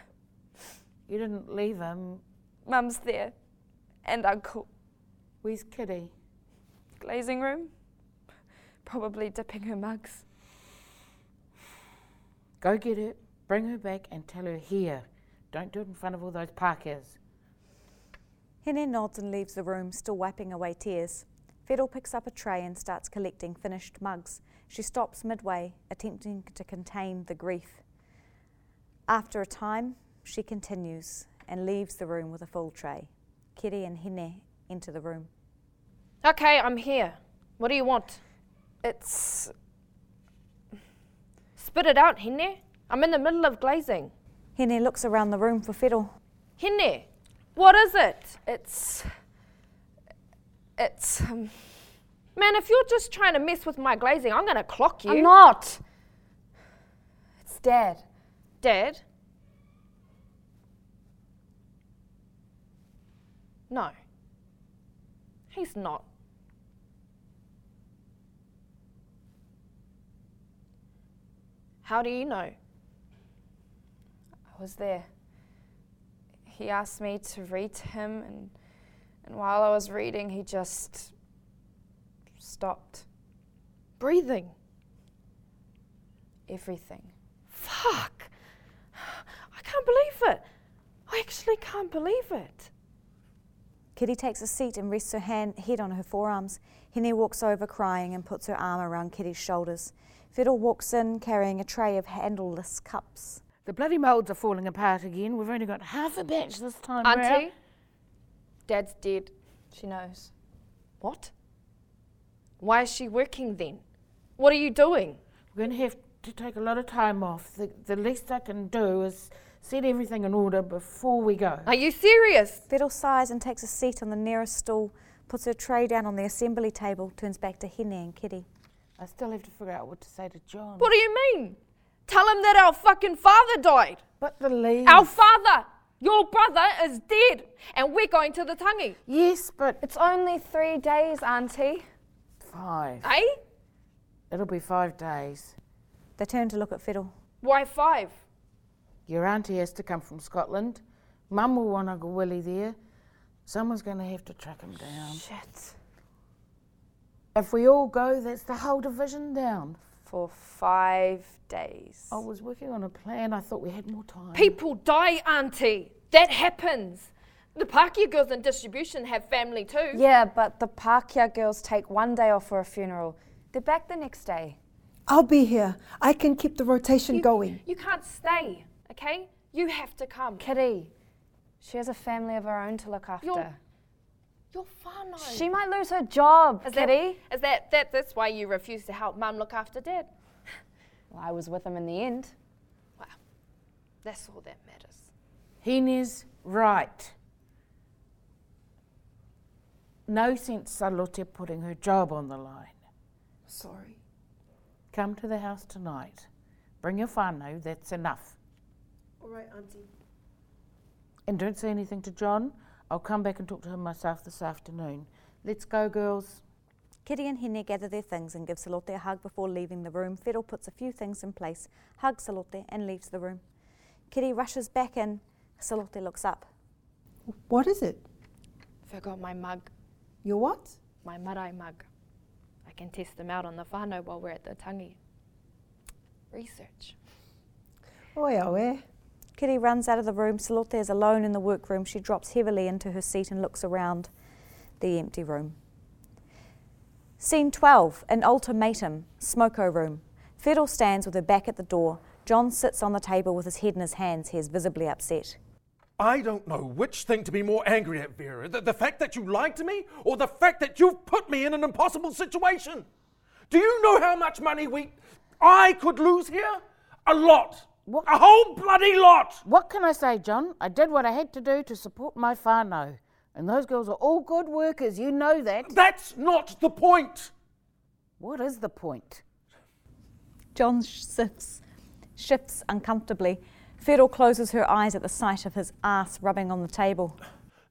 B: You didn't leave him.
E: Mum's there. And Uncle.
B: Where's Kitty?
E: Glazing room. Probably dipping her mugs.
B: Go get her, bring her back and tell her here. Don't do it in front of all those Parkers.
A: Hine nods and leaves the room, still wiping away tears. Fiddle picks up a tray and starts collecting finished mugs. She stops midway, attempting to contain the grief. After a time, she continues and leaves the room with a full tray. Kitty and Hine enter the room.
F: Okay, I'm here. What do you want?
E: It's.
F: Spit it out, Hine. I'm in the middle of glazing.
A: Hine looks around the room for Fiddle.
F: Hine, what is it?
E: It's. It's. Um,
F: Man, if you're just trying to mess with my glazing, I'm gonna clock you.
I: I'm not! It's Dad.
F: Dad? No. He's not. How do you know?
E: I was there. He asked me to read to him, and, and while I was reading, he just. stopped
F: Breathing.
E: everything.
F: Fuck! I can't believe it. I actually can't believe it.
A: Kitty takes a seat and rests her hand, head on her forearms. Hine walks over crying and puts her arm around Kitty's shoulders. Fiddle walks in carrying a tray of handleless cups.
B: The bloody moulds are falling apart again. We've only got half a batch this time round.
F: Auntie? Dad's dead.
E: She knows.
F: What? Why is she working then? What are you doing?
B: We're going to have to take a lot of time off. The, the least I can do is set everything in order before we go.
F: Are you serious?
A: Fiddle sighs and takes a seat on the nearest stool, puts her tray down on the assembly table, turns back to Henny and Kitty.
B: I still have to figure out what to say to John.
F: What do you mean? Tell him that our fucking father died.
B: But the leaves.
F: Our father, your brother, is dead, and we're going to the tangi,
B: yes, but
I: It's only three days, Auntie.
B: five.
F: eh?
B: It'll be five days.
A: They turn to look at Fiddle.
F: Why five?
B: Your auntie has to come from Scotland. Mum will want Uncle Willie there. Someone's going to have to track him down.
I: Shit.
B: If we all go, that's the whole division down.
E: For five days.
B: I was working on a plan. I thought we had more time.
F: People die, Auntie. That happens. The Pakia girls in distribution have family too.
I: Yeah, but the Pakia girls take one day off for a funeral. They're back the next day.
D: I'll be here. I can keep the rotation
F: You-
D: going.
F: You can't stay, okay? You have to come.
I: Kitty, she has a family of her own to look after.
F: You're- You're whānau.
I: She might lose her job,
F: Is that-
I: Kitty.
F: is that, that that's why you refuse to help Mum look after Dad?
I: Well, I was with him in the end.
F: That's all that matters.
B: Hene's right. No sense Salote putting her job on the line.
D: Sorry.
B: Come to the house tonight. Bring your whānau, that's enough.
D: All right, Auntie.
B: And don't say anything to John. I'll come back and talk to him myself this afternoon. Let's go, girls.
A: Kitty and Henny gather their things and give Salote a hug before leaving the room. Fiddle puts a few things in place, hugs Salote, and leaves the room. Kitty rushes back in. Salote looks up.
D: What is it?
F: Forgot my mug,
D: Your what?
F: my marae mug. I can test them out on the whānau while we're at the tangi. Research.
D: Oi, awe.
A: Kitty runs out of the room. Salote is alone in the workroom. She drops heavily into her seat and looks around the empty room. Scene 12 An ultimatum, smoko room. Fiddle stands with her back at the door. John sits on the table with his head in his hands. He is visibly upset.
C: I don't know which thing to be more angry at, Vera. The, the fact that you lied to me or the fact that you've put me in an impossible situation. Do you know how much money we I could lose here? A lot.
B: What?
C: A whole bloody lot.
B: What can I say, John? I did what I had to do to support my whānau. And those girls are all good workers, you know that.
C: That's not the point.
B: What is the point?
A: John shifts, shifts uncomfortably. Fiddle closes her eyes at the sight of his ass rubbing on the table.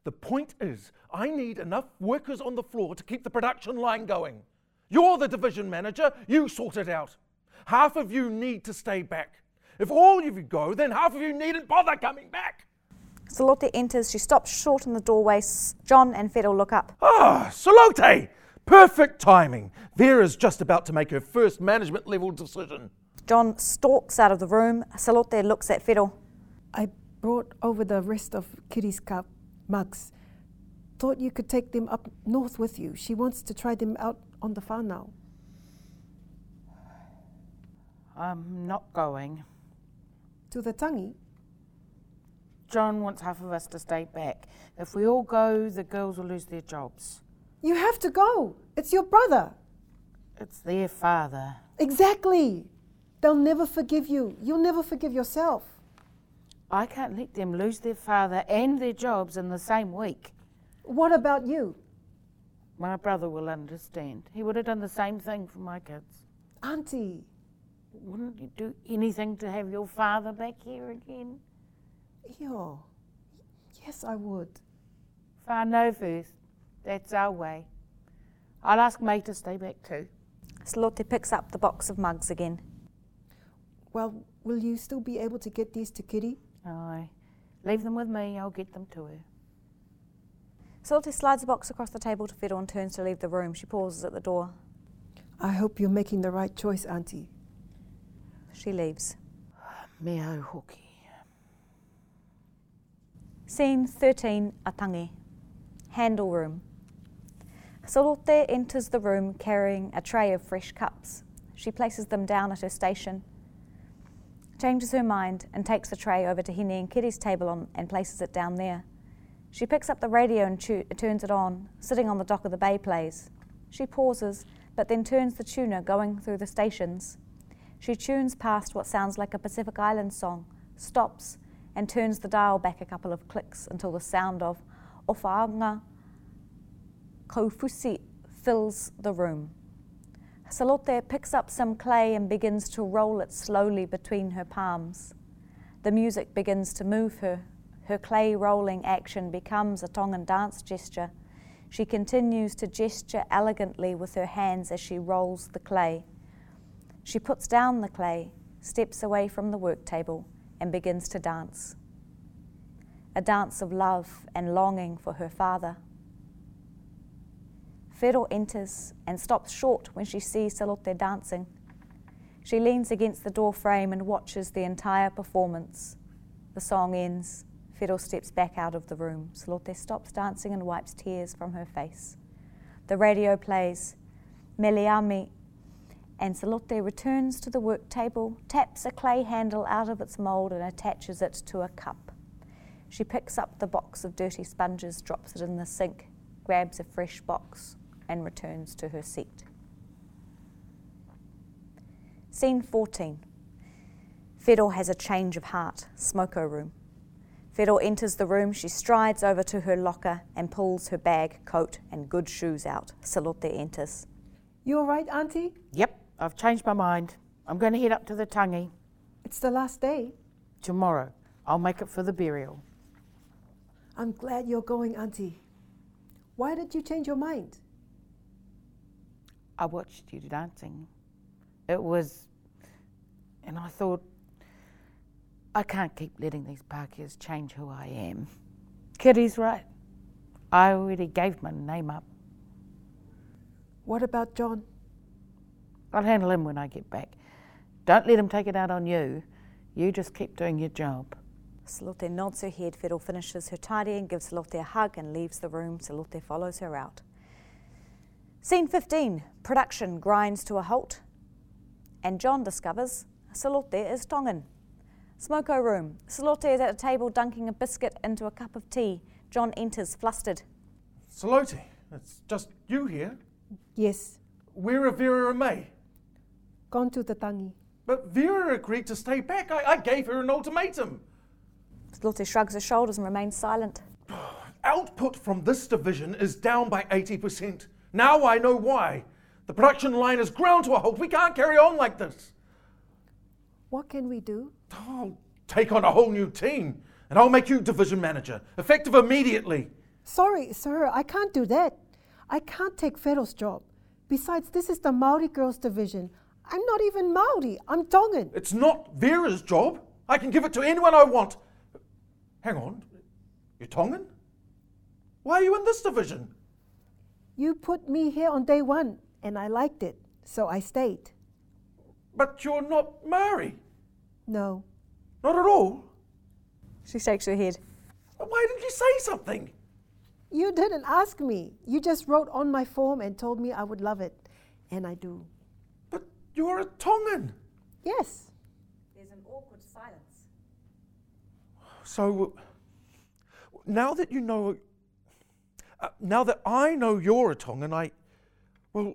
C: The point is, I need enough workers on the floor to keep the production line going. You're the division manager, you sort it out. Half of you need to stay back. If all of you go, then half of you needn't bother coming back.
A: Salote enters. She stops short in the doorway. S- John and Fiddle look up.
C: Ah, Salote! Perfect timing. Vera's just about to make her first management level decision.
A: John stalks out of the room. Salote looks at Fiddle.
D: I brought over the rest of Kitty's cup mugs. Thought you could take them up north with you. She wants to try them out on the farm now.
B: I'm not going.
D: To the tangi.
B: John wants half of us to stay back. If we all go, the girls will lose their jobs.
D: You have to go. It's your brother.
B: It's their father.
D: Exactly. They'll never forgive you. You'll never forgive yourself.
B: I can't let them lose their father and their jobs in the same week.
D: What about you?
B: My brother will understand. He would have done the same thing for my kids.
D: Auntie,
B: Wouldn't you do anything to have your father back here again?
D: yo. Yes, I would.
B: Whānau first. That's our way. I'll ask May to stay back too.
A: Salote picks up the box of mugs again.
D: Well, will you still be able to get these to Kitty?
B: Aye. Leave them with me, I'll get them to her.
A: Salote slides the box across the table to Fiddle and turns to leave the room. She pauses at the door.
D: I hope you're making the right choice, Auntie.
A: She leaves.
B: Mea au hoki.
A: Scene 13 Atangi. Handle room. Salote enters the room carrying a tray of fresh cups. She places them down at her station, changes her mind, and takes the tray over to Henny and Kitty's table on, and places it down there. She picks up the radio and tu- turns it on, sitting on the dock of the bay plays. She pauses, but then turns the tuner going through the stations. She tunes past what sounds like a Pacific Island song, stops, and turns the dial back a couple of clicks until the sound of Ofaanga Kofusi fills the room. Salote picks up some clay and begins to roll it slowly between her palms. The music begins to move her. Her clay rolling action becomes a Tongan dance gesture. She continues to gesture elegantly with her hands as she rolls the clay. She puts down the clay, steps away from the work table, and begins to dance. A dance of love and longing for her father. Fero enters and stops short when she sees Salote dancing. She leans against the door frame and watches the entire performance. The song ends. Fero steps back out of the room. Salote stops dancing and wipes tears from her face. The radio plays Meliami, and Salote returns to the work table, taps a clay handle out of its mould, and attaches it to a cup. She picks up the box of dirty sponges, drops it in the sink, grabs a fresh box, and returns to her seat. Scene 14. Fedor has a change of heart, smoko room. Fedor enters the room, she strides over to her locker and pulls her bag, coat, and good shoes out. Salote enters.
D: You all right, Auntie?
B: Yep, I've changed my mind. I'm going to head up to the tangi.
D: It's the last day.
B: Tomorrow, I'll make it for the burial.
D: I'm glad you're going, Auntie. Why did you change your mind?
B: I watched you dancing. It was. And I thought, I can't keep letting these Pākehās change who I am. Kitty's right. I already gave my name up.
D: What about John?
B: I'll handle him when I get back. Don't let him take it out on you. You just keep doing your job.
A: Salote nods her head. Fiddle finishes her tidying, gives Salote a hug, and leaves the room. Salote follows her out. Scene 15 production grinds to a halt, and John discovers Salote is Tongan. Smoko room. Salote is at a table dunking a biscuit into a cup of tea. John enters, flustered.
C: Salote, it's just you here.
D: Yes,
C: Where are Vera and May?
D: gone to the tangi.
C: But Vera agreed to stay back. I, I gave her an ultimatum.
A: Salote shrugs her shoulders and remains silent.
C: Output from this division is down by 80%. Now I know why. The production line is ground to a halt. We can't carry on like this.
D: What can we do?
C: I'll take on a whole new team, and I'll make you division manager, effective immediately.
D: Sorry, sir, I can't do that. I can't take Fero's job. Besides, this is the Maori girls' division. I'm not even Maori. I'm Tongan.
C: It's not Vera's job. I can give it to anyone I want. Hang on. You're Tongan? Why are you in this division?
D: You put me here on day one, and I liked it, so I stayed.
C: But you're not Maori.
D: No,
C: Not at all.
A: She shakes her head.
C: Why didn't you say something?
D: you didn't ask me. You just wrote on my form and told me I would love it, and I do.
C: But you're a Tongan.
D: Yes.
A: There's an awkward silence.
C: So uh, now that you know, uh, now that I know you're a Tongan, I, well, do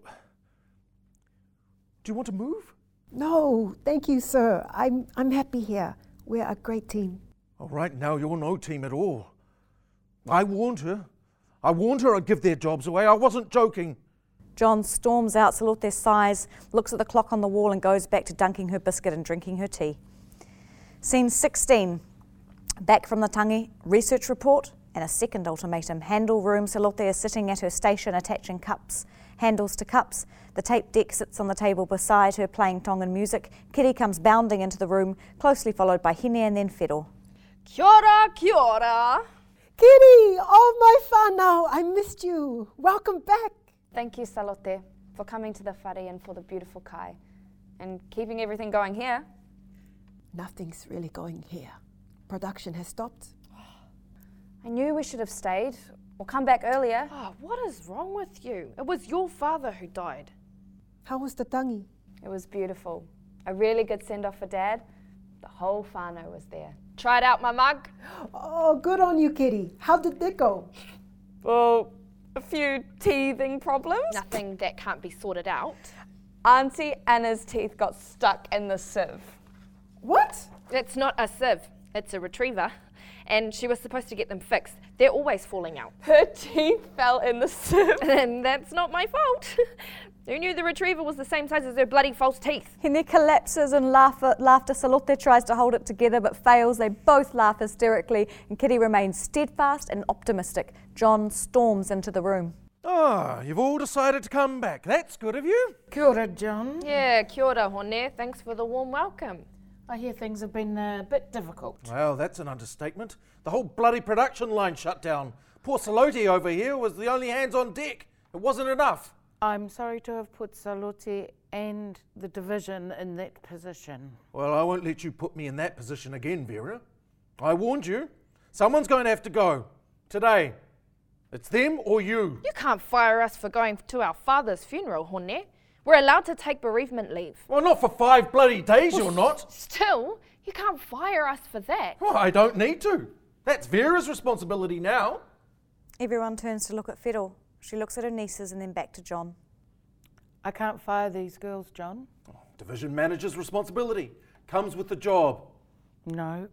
C: you want to move?
D: No, thank you, sir. I'm, I'm happy here. We're a great team.
C: All right, now you're no team at all. I warned her. I warned her I'd give their jobs away. I wasn't joking.
A: John storms out, Salote sighs, looks at the clock on the wall, and goes back to dunking her biscuit and drinking her tea. Scene 16. Back from the tangi, research report and a second ultimatum. Handle room, Salote is sitting at her station attaching cups, handles to cups. The tape deck sits on the table beside her playing Tongan music. Kitty comes bounding into the room, closely followed by Hine and then Fiddle.
F: Kia ora, kia ora.
D: Kitty, oh my whanau, I missed you. Welcome back.
I: Thank you, Salote, for coming to the whare and for the beautiful kai and keeping everything going here.
D: Nothing's really going here. Production has stopped.
I: I knew we should have stayed or come back earlier.
F: Ah, what is wrong with you? It was your father who died.
D: How was the tangi?
I: It was beautiful. A really good send off for Dad. The whole whānau was there. Tried out my mug.
G: Oh, good on you, Kitty. How did that go?
E: Well, a few teething problems.
F: Nothing that can't be sorted out.
E: Auntie Anna's teeth got stuck in the sieve.
G: What?
F: It's not a sieve, it's a retriever. And she was supposed to get them fixed. They're always falling out.
E: Her teeth fell in the sieve.
F: <laughs> and that's not my fault. <laughs> Who knew the retriever was the same size as her bloody false teeth?
A: Hine collapses in laugh laughter. Salote tries to hold it together but fails. They both laugh hysterically, and Kitty remains steadfast and optimistic. John storms into the room.
C: Ah, you've all decided to come back. That's good of you.
B: Kia ora, John.
F: Yeah, kia ora, Hone. Thanks for the warm welcome.
B: I hear things have been uh, a bit difficult.
C: Well, that's an understatement. The whole bloody production line shut down. Poor Salote over here was the only hands on deck. It wasn't enough.
B: I'm sorry to have put Salote and the division in that position.
C: Well, I won't let you put me in that position again, Vera. I warned you. Someone's going to have to go. Today. It's them or you.
F: You can't fire us for going to our father's funeral, Hone. We're allowed to take bereavement leave.
C: Well, not for five bloody days, you're not.
F: Still, you can't fire us for that.
C: Well, I don't need to. That's Vera's responsibility now.
A: Everyone turns to look at Fiddle. She looks at her nieces and then back to John.
B: I can't fire these girls, John.
C: Division manager's responsibility comes with the job.
B: No.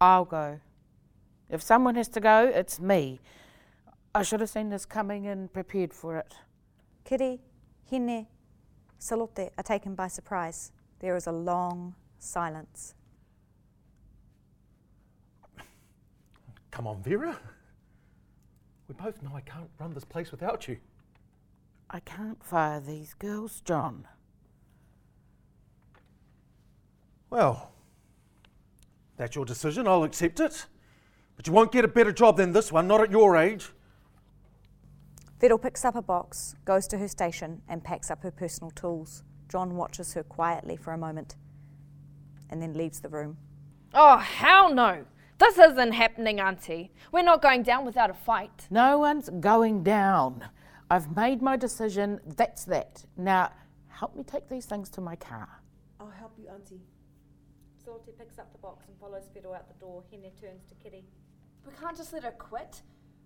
B: I'll go. If someone has to go, it's me. I should have seen this coming and prepared for it.
A: Kitty, Hine, Salote are taken by surprise. There is a long silence.
C: Come on, Vera. We both know I can't run this place without you.
B: I can't fire these girls, John.
C: Well, that's your decision. I'll accept it. But you won't get a better job than this one, not at your age.
A: Fiddle picks up a box, goes to her station, and packs up her personal tools. John watches her quietly for a moment and then leaves the room.
F: Oh, hell no. This isn't happening, Auntie. We're not going down without a fight.
B: No one's going down. I've made my decision. That's that. Now, help me take these things to my car.
D: I'll help you, Auntie.
J: Salty picks up the box and follows Fiddle out the door. Henne turns to Kitty.
I: We can't just let her quit.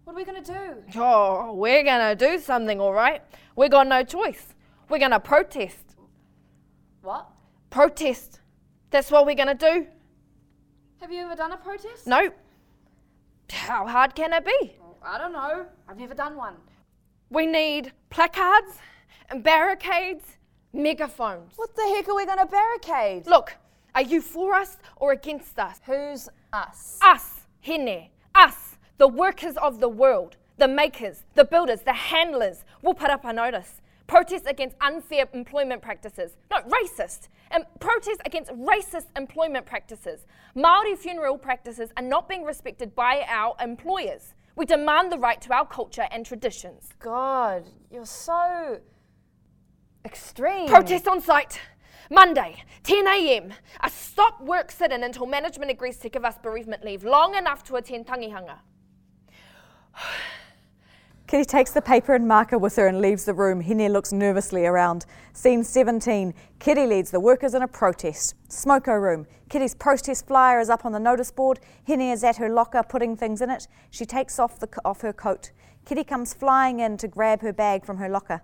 I: What are we going to do?
F: Oh, we're gonna do something, all right? We got no choice. We're gonna protest.
I: What?
F: Protest. That's what we're gonna do.
I: Have you ever done a protest?
F: No. How hard can it be?
I: I don't know. I've never done one.
F: We need placards and barricades, megaphones.
I: What the heck are we going to barricade?
F: Look, are you for us or against us?
I: Who's us?
F: Us, Hine, us, the workers of the world, the makers, the builders, the handlers, will put up a notice. Protest against unfair employment practices. No, racist. And protest against racist employment practices. Maori funeral practices are not being respected by our employers. We demand the right to our culture and traditions.
I: God, you're so extreme.
F: Protest on site. Monday, 10 a.m. A stop work sit in until management agrees to give us bereavement leave long enough to attend tangihanga.
A: Kitty takes the paper and marker with her and leaves the room. Hine looks nervously around. Scene 17. Kitty leads the workers in a protest. Smoko room. Kitty's protest flyer is up on the notice board. Hine is at her locker putting things in it. She takes off, the, c- off her coat. Kitty comes flying in to grab her bag from her locker.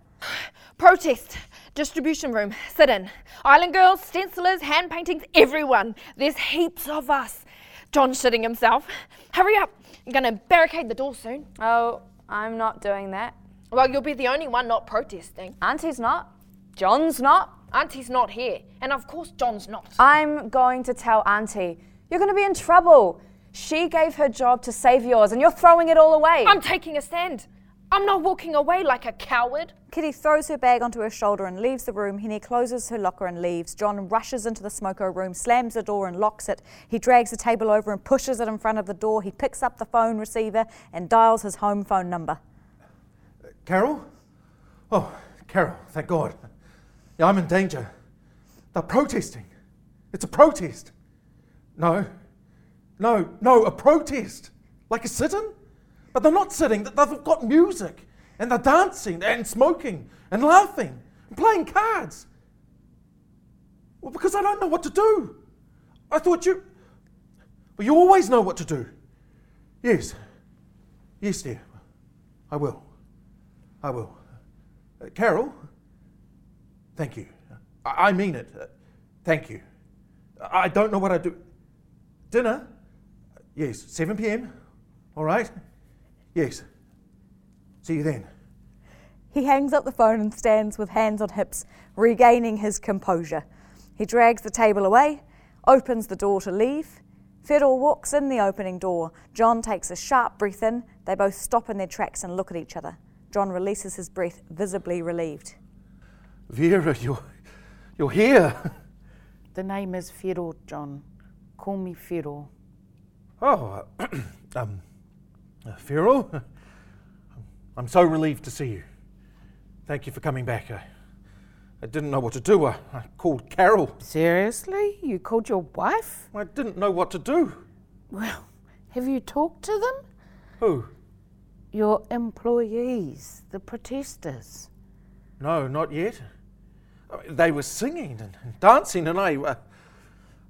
F: Protest. Distribution room. Sit in. Island girls, stencilers, hand paintings, everyone. There's heaps of us. John's shitting himself. Hurry up. I'm gonna barricade the door soon.
E: Oh, I'm not doing that.
F: Well, you'll be the only one not protesting.
E: Auntie's not. John's not.
F: Auntie's not here. And of course, John's not.
E: I'm going to tell Auntie. You're going to be in trouble. She gave her job to save yours, and you're throwing it all away.
F: I'm taking a stand. I'm not walking away like a coward.
A: Kitty throws her bag onto her shoulder and leaves the room. Hine closes her locker and leaves. John rushes into the smoko room, slams the door and locks it. He drags the table over and pushes it in front of the door. He picks up the phone receiver and dials his home phone number.
C: Carol? Oh, Carol, thank God. Yeah, I'm in danger. They're protesting. It's a protest. No, no, no, a protest. Like a sit in? But they're not sitting, th- they've got music, and they're dancing, and smoking, and laughing, and playing cards. Well, because I don't know what to do. I thought you. Well, you always know what to do. Yes. Yes, dear. I will. I will. Uh, Carol, thank you. I, I mean it. Uh, thank you. I I don't know what I do. Dinner? Yes, 7 pm. All right? Yes. See you then.
A: He hangs up the phone and stands with hands on hips, regaining his composure. He drags the table away, opens the door to leave. Fiddle walks in the opening door. John takes a sharp breath in. They both stop in their tracks and look at each other. John releases his breath, visibly relieved.
C: Vera, you're, you're here.
B: The name is Fiddle, John. Call me Fiddle.
C: Oh, uh, <clears throat> um, uh, Farrell, I'm so relieved to see you. Thank you for coming back. I, I didn't know what to do. I, I called Carol.
B: Seriously? You called your wife?
C: I didn't know what to do.
B: Well, have you talked to them?
C: Who?
B: Your employees, the protesters.
C: No, not yet. Uh, They were singing and and dancing, and I, uh,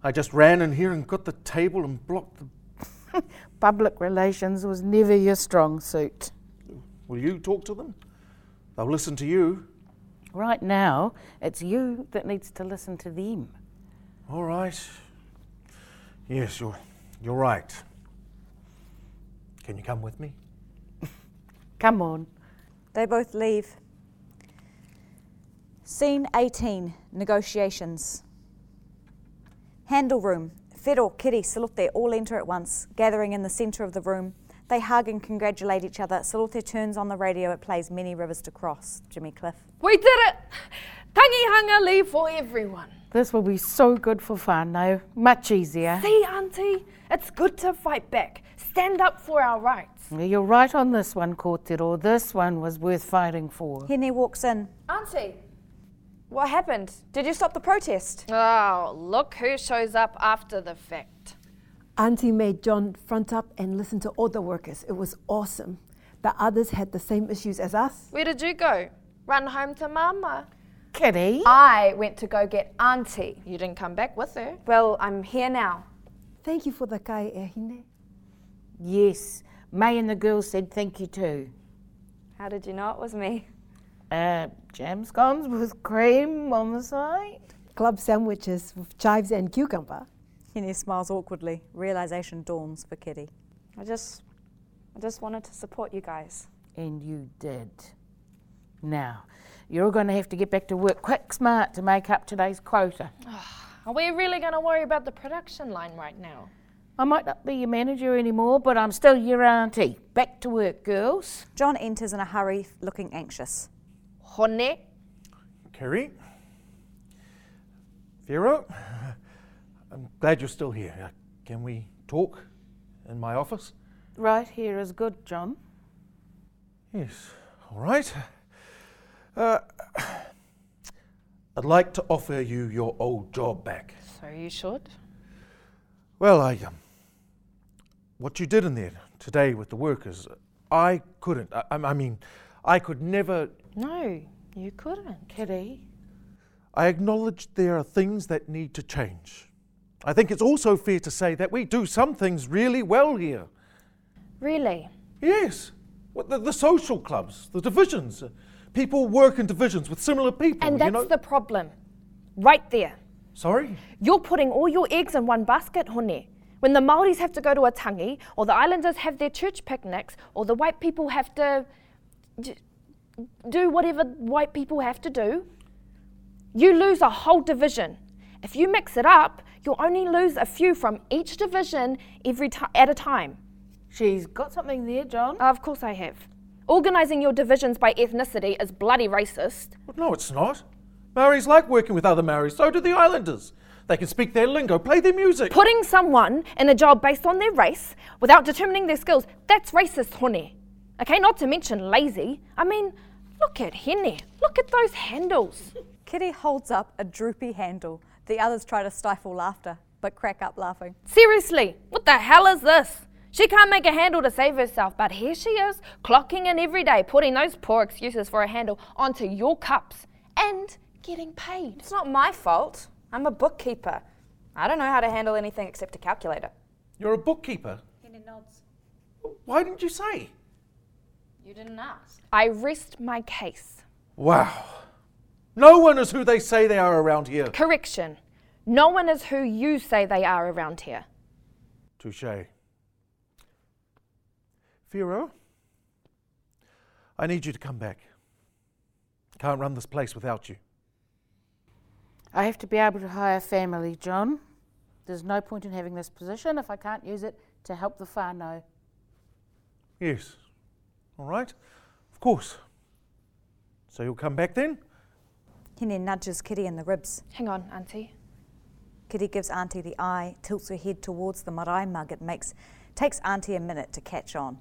C: I just ran in here and got the table and blocked the.
B: Public relations was never your strong suit.
C: Will you talk to them? They'll listen to you.
B: Right now, it's you that needs to listen to them.
C: All right. Yes, you're, you're right. Can you come with me?
B: Come on.
A: They both leave. Scene 18 Negotiations. Handle room. Fiddle, Kitty, Salute all enter at once, gathering in the centre of the room. They hug and congratulate each other. Salute turns on the radio. It plays Many Rivers to Cross, Jimmy Cliff.
F: We did it! Tangihanga leave for everyone.
B: This will be so good for whānau. Much easier.
F: See, Auntie, it's good to fight back. Stand up for our rights.
B: You're right on this one, Kōtero. This one was worth fighting for.
A: Hene walks in.
I: Auntie, what happened? Did you stop the protest?
F: Oh, look who shows up after the fact.
D: Auntie made John front up and listen to all the workers. It was awesome. The others had the same issues as us.
F: Where did you go? Run home to Mama.
B: Kitty?
I: I went to go get Auntie.
F: You didn't come back with her.
I: Well, I'm here now.
D: Thank you for the kai e hine.
B: Yes. May and the girls said thank you too.
I: How did you know it was me?
B: Uh, jam scones with cream on the side?
D: Club sandwiches with chives and cucumber.
A: Hene smiles awkwardly. Realisation dawns for Kitty.
I: I just, I just wanted to support you guys.
B: And you did. Now, you're going to have to get back to work quick smart to make up today's quota.
F: Are we really going to worry about the production line right now?
B: I might not be your manager anymore, but I'm still your auntie. Back to work, girls.
A: John enters in a hurry, looking anxious.
F: Hone,
C: Kerry? Vera? <laughs> I'm glad you're still here. Uh, Can we talk in my office?
B: Right here is good, John.
C: Yes, all right. Uh, I'd like to offer you your old job back.
F: so you should.
C: Well, I. Um, what you did in there today with the workers, I couldn't. I, I mean, I could never.
F: No, you couldn't.
B: Kitty,
C: I acknowledge there are things that need to change. I think it's also fair to say that we do some things really well here.
F: Really?
C: Yes. What the, the social clubs, the divisions. uh, People work in divisions with similar people.
F: And
C: you
F: that's
C: know?
F: the problem. Right there.
C: Sorry?
F: You're putting all your eggs in one basket, Hone. When the Maoris have to go to a tangi, or the islanders have their church picnics, or the white people have to d- do whatever white people have to do, you lose a whole division. If you mix it up, you'll only lose a few from each division every ti at a time.
B: she's got something there, John.
F: of course I have. Organising your divisions by ethnicity is bloody racist.
C: Well, no, it's not. Maoris like working with other Maoris, so do the islanders. They can speak their lingo, play their music.
F: Putting someone in a job based on their race without determining their skills, that's racist, Hone. Okay, not to mention lazy. I mean, look at Hene. Look at those handles.
A: Kitty holds up a droopy handle. The others try to stifle laughter, but crack up laughing.
F: Seriously, what the hell is this? She can't make a handle to save herself, but here she is, clocking in every day, putting those poor excuses for a handle onto your cups and getting paid.
I: It's not my fault. I'm a bookkeeper.
E: I don't know how to handle anything except a calculator.
C: You're a bookkeeper.
J: Hine nods.
C: Why didn't you say?
I: You didn't ask.
F: I rest my case.
C: Wow. No one is who they say they are around here.
F: Correction. No one is who you say they are around here.
C: Touche. Firo, I need you to come back. Can't run this place without you.
B: I have to be able to hire family, John. There's no point in having this position if I can't use it to help the whānau.
C: Yes. All right. Of course. So you'll come back then?
A: Hine nudges Kitty in the ribs.
F: Hang on, Auntie.
A: Kitty gives Auntie the eye, tilts her head towards the marae mug. It makes, takes Auntie a minute to catch on.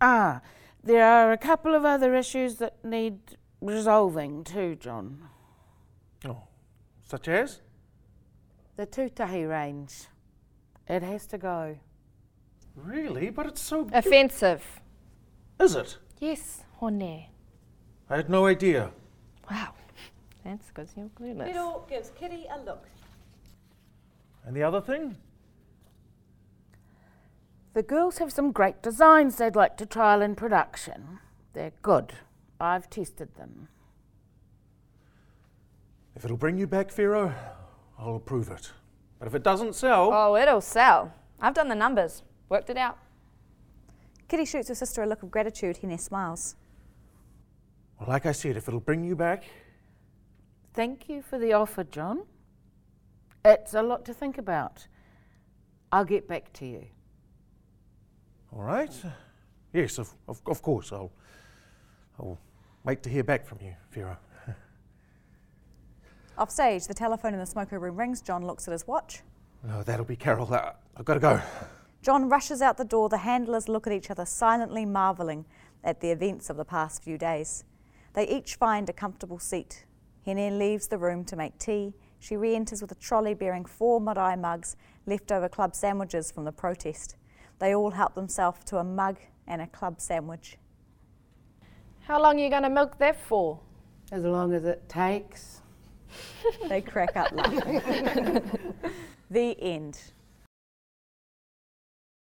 B: Ah, there are a couple of other issues that need resolving too, John.
C: Oh. Such as?
B: The Tūtahi range. It has to go.
C: Really? But it's so.
F: Offensive.
C: Is it?
F: Yes, Hone.
C: I had no idea.
F: Wow. That's because you're clueless.
J: Fiddle gives Kitty a look.
C: And the other thing?
B: The girls have some great designs they'd like to trial in production. They're good. I've tested them.
C: If it'll bring you back, Pharaoh, I'll approve it. But if it doesn't sell.
E: Oh, it'll sell. I've done the numbers, worked it out.
A: Kitty shoots her sister a look of gratitude. Hine smiles.
C: Well, like I said, if it'll bring you back,
B: Thank you for the offer, John. It's a lot to think about. I'll get back to you.
C: all right. Yes, of, of, of course. I'll, I'll wait to hear back from you, Pharaoh.
A: Offstage, the telephone in the smoker room rings. John looks at his watch.
C: No, that'll be Carol. That, I've got to go.
A: John rushes out the door. The handlers look at each other, silently marvelling at the events of the past few days. They each find a comfortable seat. Hene leaves the room to make tea. She re enters with a trolley bearing four marae mugs, leftover club sandwiches from the protest. They all help themselves to a mug and a club sandwich.
F: How long are you going to milk that for?
B: As long as it takes.
A: They crack up laughing. <laughs> the end.